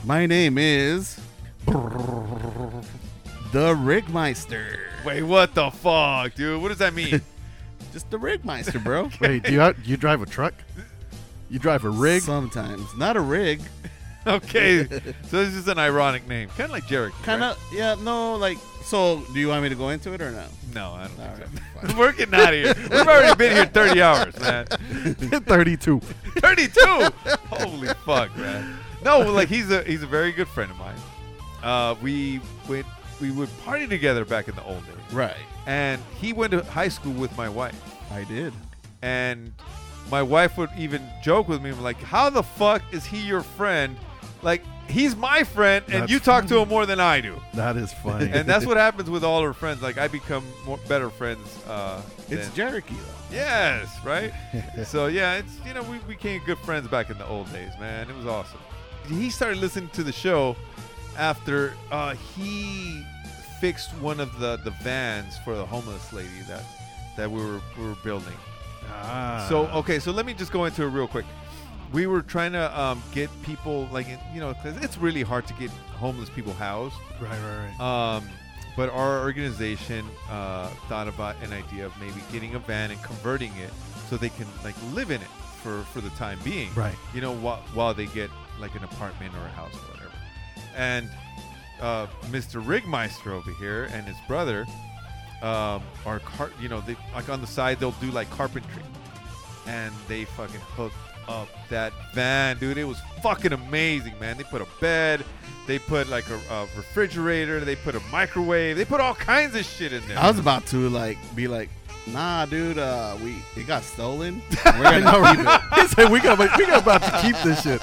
S7: My name is the Rigmeister.
S6: Wait, what the fuck, dude? What does that mean?
S7: Just the Rigmeister, bro.
S5: wait, do you do you drive a truck? You drive a rig?
S7: Sometimes, not a rig.
S6: okay, so this is an ironic name, kind of like Jericho.
S7: Kind of, yeah, no, like. So, do you want me to go into it or no?
S6: No, I don't
S7: All
S6: think
S7: right,
S6: so. We're getting out of here. We've already been here 30 hours, man.
S5: Thirty-two.
S6: 32. Holy fuck, man. No, well, like he's a he's a very good friend of mine. Uh, we went we would party together back in the old days,
S7: Right.
S6: and he went to high school with my wife,
S7: I did.
S6: and my wife would even joke with me, I'm like, "How the fuck is he your friend? Like he's my friend, and
S5: That's
S6: you talk to him more than I do."
S5: That is funny.
S6: And that's what happens with all her friends. Like I become more, better friends. Uh,
S7: It's
S6: than-
S7: Jericho. though.
S6: Yes, right? so yeah, it's you know, we we became good friends back in the old days, man. It was awesome. He started listening to the show after uh, he fixed one of the, the vans for the homeless lady that that we were we were building.
S5: Ah.
S6: So okay, so let me just go into it real quick. We were trying to um, get people like you know, 'cause it's really hard to get homeless people housed.
S5: right, right, right.
S6: Um, but our organization uh, thought about an idea of maybe getting a van and converting it so they can like live in it for, for the time being.
S5: Right.
S6: You know, while, while they get like an apartment or a house or whatever. And uh, Mr. Rigmeister over here and his brother um, are car- you know they like on the side they'll do like carpentry, and they fucking hooked up that van, dude. It was fucking amazing, man. They put a bed, they put like a, a refrigerator, they put a microwave, they put all kinds of shit in there.
S7: I was about to like be like, nah, dude, uh, we it got stolen. We're gonna keep it.
S5: He said we got we got about to keep this shit.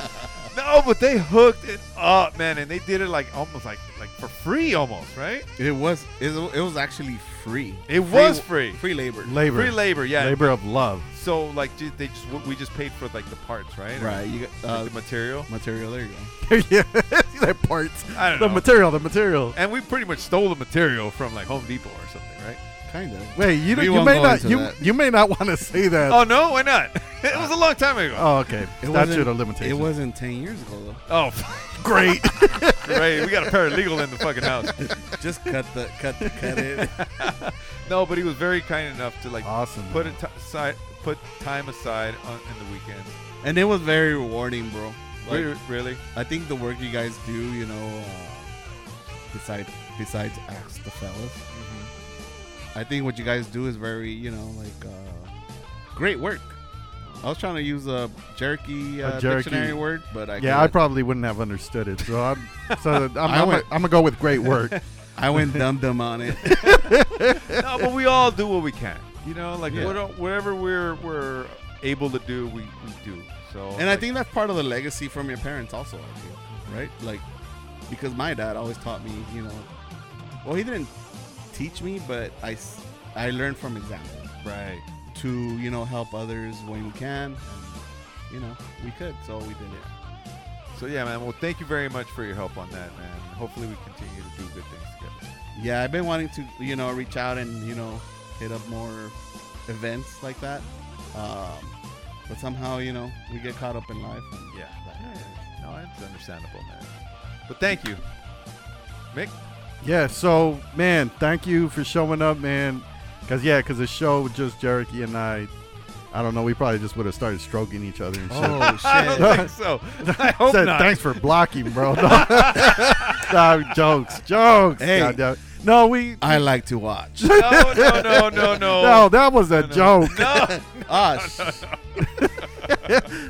S6: No, but they hooked it up, man, and they did it like almost like like for free, almost right?
S7: It was it, it was actually free.
S6: It was free.
S7: Free labor.
S5: labor,
S6: Free labor, yeah.
S5: labor of love.
S6: So like ju- they just we just paid for like the parts, right?
S7: Right. You got
S6: Like,
S7: uh,
S6: the material,
S7: material. There you go.
S5: yeah, that parts.
S6: I don't
S5: the
S6: know.
S5: material, the material.
S6: and we pretty much stole the material from like Home Depot or something, right?
S7: Kind of.
S5: Wait, you
S7: We
S5: you
S7: won't
S5: may
S7: go
S5: not
S7: into
S5: you
S7: that.
S5: you may not want to say that.
S6: Oh no, why not? it was a long time ago.
S5: Oh, okay. Statute of
S7: It
S5: limitations.
S7: wasn't ten years ago though.
S6: Oh,
S5: great.
S6: great, we got a paralegal in the fucking house.
S7: Just cut the cut the cut it.
S6: No, but he was very kind enough to like
S5: Awesome,
S6: put
S5: man.
S6: it aside, put time aside on in the weekend.
S7: and it was very rewarding, bro. Like,
S6: Re- really?
S7: I think the work you guys do, you know, uh, besides besides ask the fellas,
S5: Mm-hmm.
S7: I think what you guys do is very, you know, like uh, great work. I was trying to use a jerky, uh,
S5: jerky.
S7: dictionary word, but I
S5: yeah, I
S7: couldn't.
S5: probably wouldn't have understood it. So I'm so I'm,
S7: I
S5: I'm,
S7: went-
S5: I'm gonna go with great work.
S7: I went dum dum on it.
S6: no, but we all do what we can. You know, like
S7: Yeah.
S6: we don't- whatever we're we're able to do, we, we do. So
S7: And I
S6: like,
S7: think that's part of the legacy from your parents, also, I feel, right? Like, because my dad always taught me, you know, well, he didn't teach me, but I, s- I learned from example
S6: right.
S7: to, you know, help others when we can. And, you know, we could, so we did it.
S6: So yeah, man. Well, thank you very much for your help on that, man. Hopefully, we continue to do good things together.
S7: Yeah, I've been wanting to, you know, reach out and, you know, hit up more events like that. Um, but somehow, you know, we get caught up in life.
S6: Yeah. No, it's understandable, man. But thank you, Mick.
S5: Yeah, so man, thank you for showing up, man. Cause yeah, cause the show with just Jericho and I, I don't know, we probably just would have started stroking each other and shit.
S7: Oh,
S6: I don't think so. I hope
S5: Said,
S6: not.
S5: Thanks for blocking, bro. No, No, jokes, jokes.
S7: Hey.
S5: goddamn. no, we.
S7: I like to watch.
S6: No, no, no, no, no.
S5: No, that was a
S6: no.
S5: joke.
S6: No.
S7: Ah,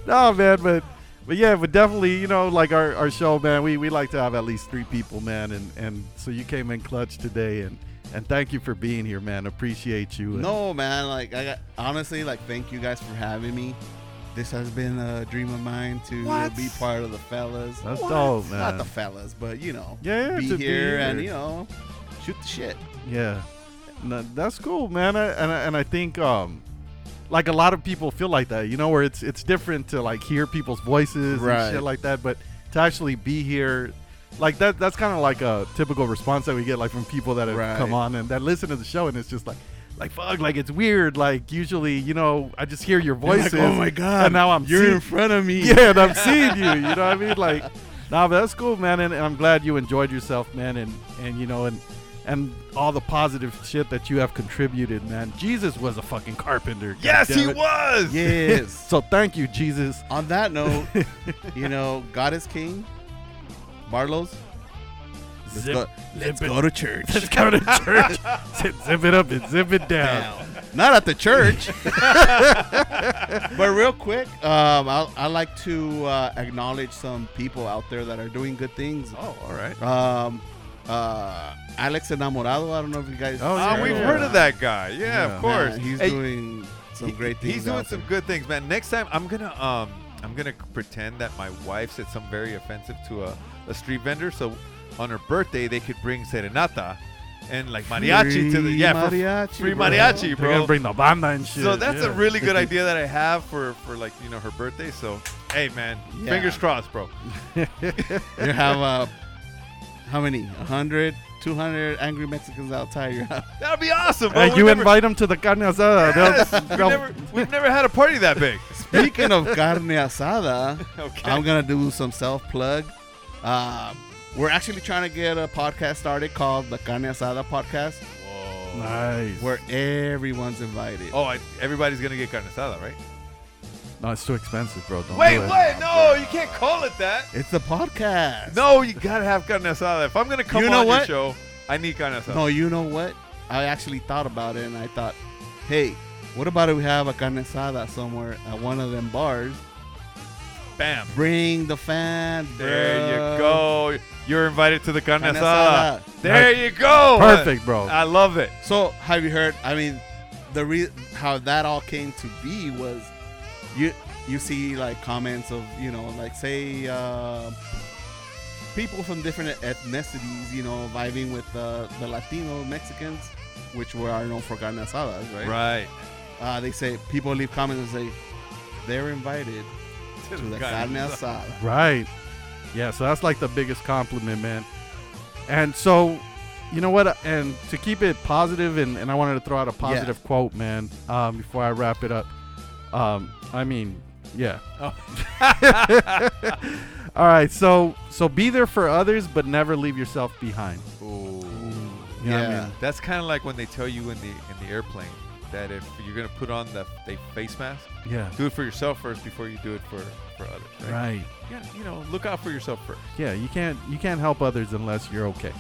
S5: no, man, but but yeah, but definitely, you know, like our, our show, man, we, we like to have at least three people, man, and, and so you came in clutch today and and thank you for being here, man. Appreciate you. and-
S7: No, man. Like, I got, honestly, like, thank you guys for having me. This has been a dream of mine to
S5: What?
S7: be part of the fellas.
S5: That's dope, man.
S7: Not the fellas, but you know,
S5: Yeah,
S7: be
S5: to
S7: here,
S5: be
S7: and
S5: here.
S7: you know, shoot the shit.
S5: Yeah, no, that's cool, man. I, and I, and I think um, like a lot of people feel like that, you know, where it's it's different to like hear people's voices
S7: Right.
S5: and shit like that, but to actually be here, like that that's kind of like a typical response that we get like from people that have
S7: Right.
S5: come on and that listen to the show, and it's just like. Like fuck, like it's weird. Like usually, you know, I just hear your voices. and now I'm
S7: "Oh you're
S5: seeing-
S7: in front of me.
S5: yeah, and I'm seeing you. You know what I mean? Like, nah, but that's cool, man. And, and I'm glad you enjoyed yourself, man. And and you know, and and all the positive shit that you have contributed, man. Jesus was a fucking carpenter.
S6: yes,
S5: goddammit.
S6: he was.
S7: Yes.
S5: So thank you, Jesus.
S7: On that note, you know, God is King, Barlow's. Let's
S5: Zip-
S7: go. Let's
S5: zip it.
S7: go to church.
S5: Let's go to church. Zip- zip it up and zip it down.
S7: not at the church. but real quick, um, I I like to uh, acknowledge some people out there that are doing good things.
S6: Oh, all right.
S7: Um, uh, Alex Enamorado. I don't know if you guys.
S5: Oh,
S6: Ah,
S5: yeah,
S6: we've
S5: yeah.
S6: heard of that guy. Yeah,
S5: Yeah.
S6: of course.
S7: Man, he's
S6: Hey,
S7: doing some
S6: he-
S7: great things.
S6: He's doing
S7: out
S6: some
S7: there.
S6: good things, man. Next time, I'm gonna um, I'm gonna pretend that my wife said something very offensive to a, a street vendor. So on her birthday, they could bring serenata and like mariachi to the
S7: Free
S6: yeah, for-
S7: mariachi,
S6: free
S7: bro.
S6: mariachi,
S5: They're gonna
S6: bro.
S5: bring the banda and shit.
S6: So that's a
S5: yeah.
S6: really good idea that I have for for like you know her birthday. So hey, man,
S7: Yeah.
S6: fingers crossed, bro.
S7: You have uh, how many? 100, 200 angry Mexicans outside your house.
S6: That'll be awesome. bro.
S5: Hey,
S6: We
S5: you
S6: never-
S5: invite them to the carne asada. They'll-
S6: Yes, we've,
S5: they'll-
S6: never, we've never had a party that big.
S7: Speaking of carne asada,
S6: Okay.
S7: I'm gonna do some self plug. Um, we're actually trying to get a podcast started called the Carne Asada Podcast,
S5: nice.
S7: where everyone's invited.
S6: Oh, I, everybody's gonna get carne asada, right?
S5: No, it's too expensive, bro. Don't
S6: Wait,
S5: do it.
S6: what? No, you can't call it that.
S7: It's the podcast.
S6: No, you gotta have carne asada. If I'm gonna come
S7: You know
S6: on
S7: what?
S6: your show, I need carne asada.
S7: no, you know what? I actually thought about it, and I thought, hey, what about if we have a carne asada somewhere at one of them bars?
S6: Bam.
S7: Bring the fans.
S6: There
S7: bruh.
S6: you go. You're invited to the carne
S7: Carne
S6: asada.
S7: asada.
S6: There you go.
S5: Perfect, bro.
S6: I love it.
S7: So, have you heard? I mean, the re- how that all came to be was you you see like comments of you know like say uh, people from different ethnicities you know vibing with uh, the Latino Mexicans, which were are known for carne asadas, right?
S6: Right.
S7: Uh, they say people leave comments and say they're invited to the
S6: Carne
S7: carne asada.
S5: Right. Yeah, so that's like the biggest compliment, man. And so, you know what? uh, And to keep it positive, and, and I wanted to throw out a positive quote, man, um, before I wrap it up. Um, I mean, yeah. All right, so so be there for others, but never leave yourself behind. You know what I
S7: Yeah.
S5: mean?
S6: That's kind of like when they tell you in the in the airplane that if you're gonna put on the, the face mask,
S5: Yeah.
S6: do it for yourself first before you do it for for others. Right.
S5: Right.
S6: Yeah. You know, look out for yourself first.
S5: Yeah, you can't you can't help others unless you're okay.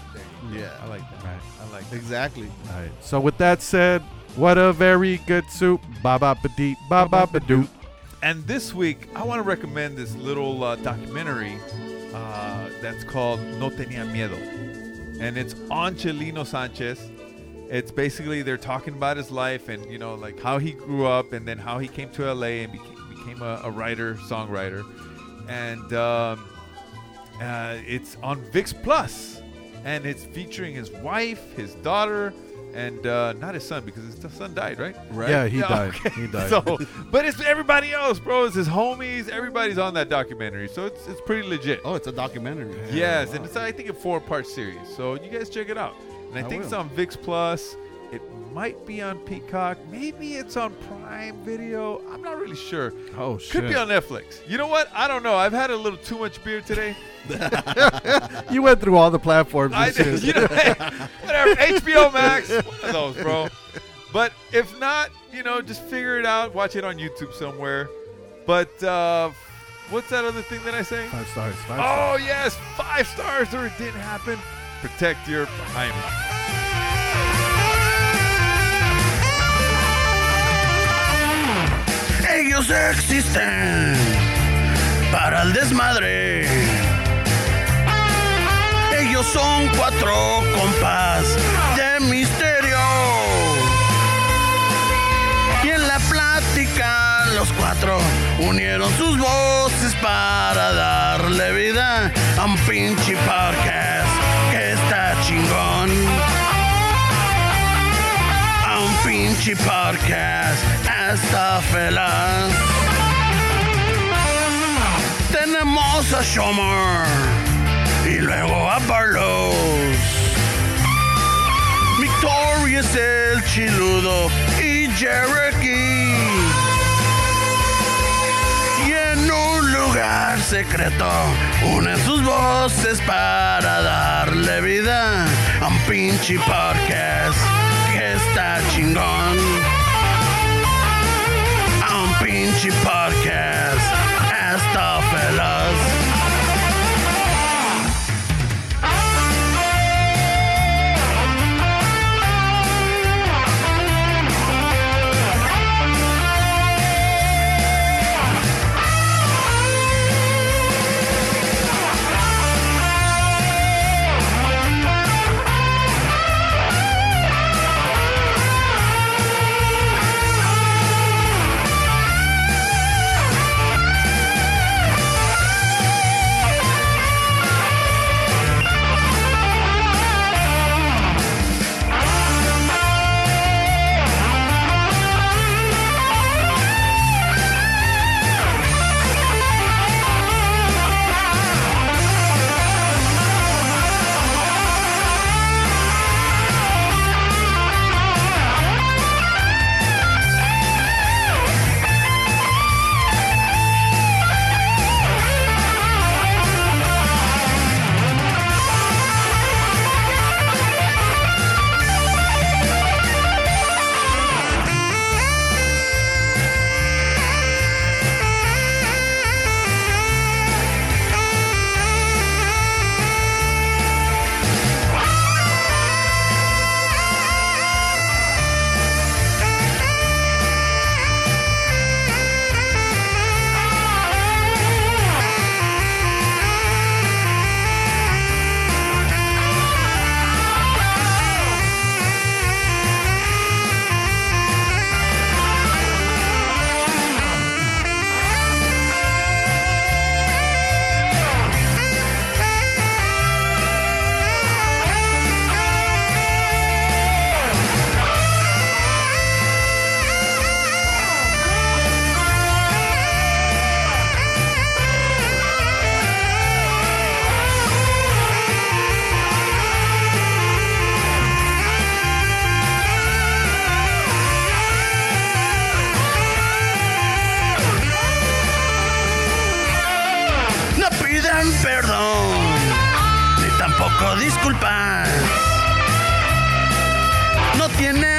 S7: Yeah.
S6: I like that.
S5: Right.
S6: I like that.
S7: Exactly.
S5: All right. So with that said, what a very good soup. Ba ba ba dee, ba ba ba doo.
S6: And this week, I want to recommend this little uh, documentary uh, that's called No Tenía Miedo. And it's on Chelino Sanchez. It's basically they're talking about his life and, you know, like how he grew up and then how he came to LA and became, became a, a writer, songwriter. And um, uh, it's on VIX Plus, and it's featuring his wife, his daughter, and uh, not his son because his son died, right?
S7: Right.
S5: Yeah, he
S6: Yeah,
S5: died.
S6: okay.
S5: He died.
S6: So, but it's everybody else, bro. It's his homies. Everybody's on that documentary, so it's it's pretty legit.
S7: Oh, it's a documentary.
S6: yes, and it's I think a four part series. So you guys check it out. And I,
S7: I
S6: think it's
S7: will.
S6: on VIX Plus. It might be on Peacock. Maybe it's on Prime Video. I'm not really sure.
S5: oh
S6: Could be on Netflix. You know what? I don't know. I've had a little too much beer today.
S5: you went through all the platforms
S6: I
S5: and shit.
S6: you know, whatever. HBO Max, one of those, bro. But if not, you know, just figure it out. Watch it on YouTube somewhere. But uh, what's that other thing that I say?
S5: Five stars. Five stars.
S6: Oh yes, five stars or it didn't happen. Protect your behind.
S8: Ellos existen para el desmadre. Ellos son cuatro compas de misterio. Y en la plática los cuatro unieron sus voces para darle vida a un pinche podcast que está chingón. A un pinche podcast está feliz. Tenemos a Shomer y luego a Barlos. Victoria es el chiludo y Cherokee. Y en un lugar secreto unen sus voces para darle vida a un pinche podcast que está chingón a un pinche podcast. Hasta felas. dan perdón, ni tampoco disculpas. No tiene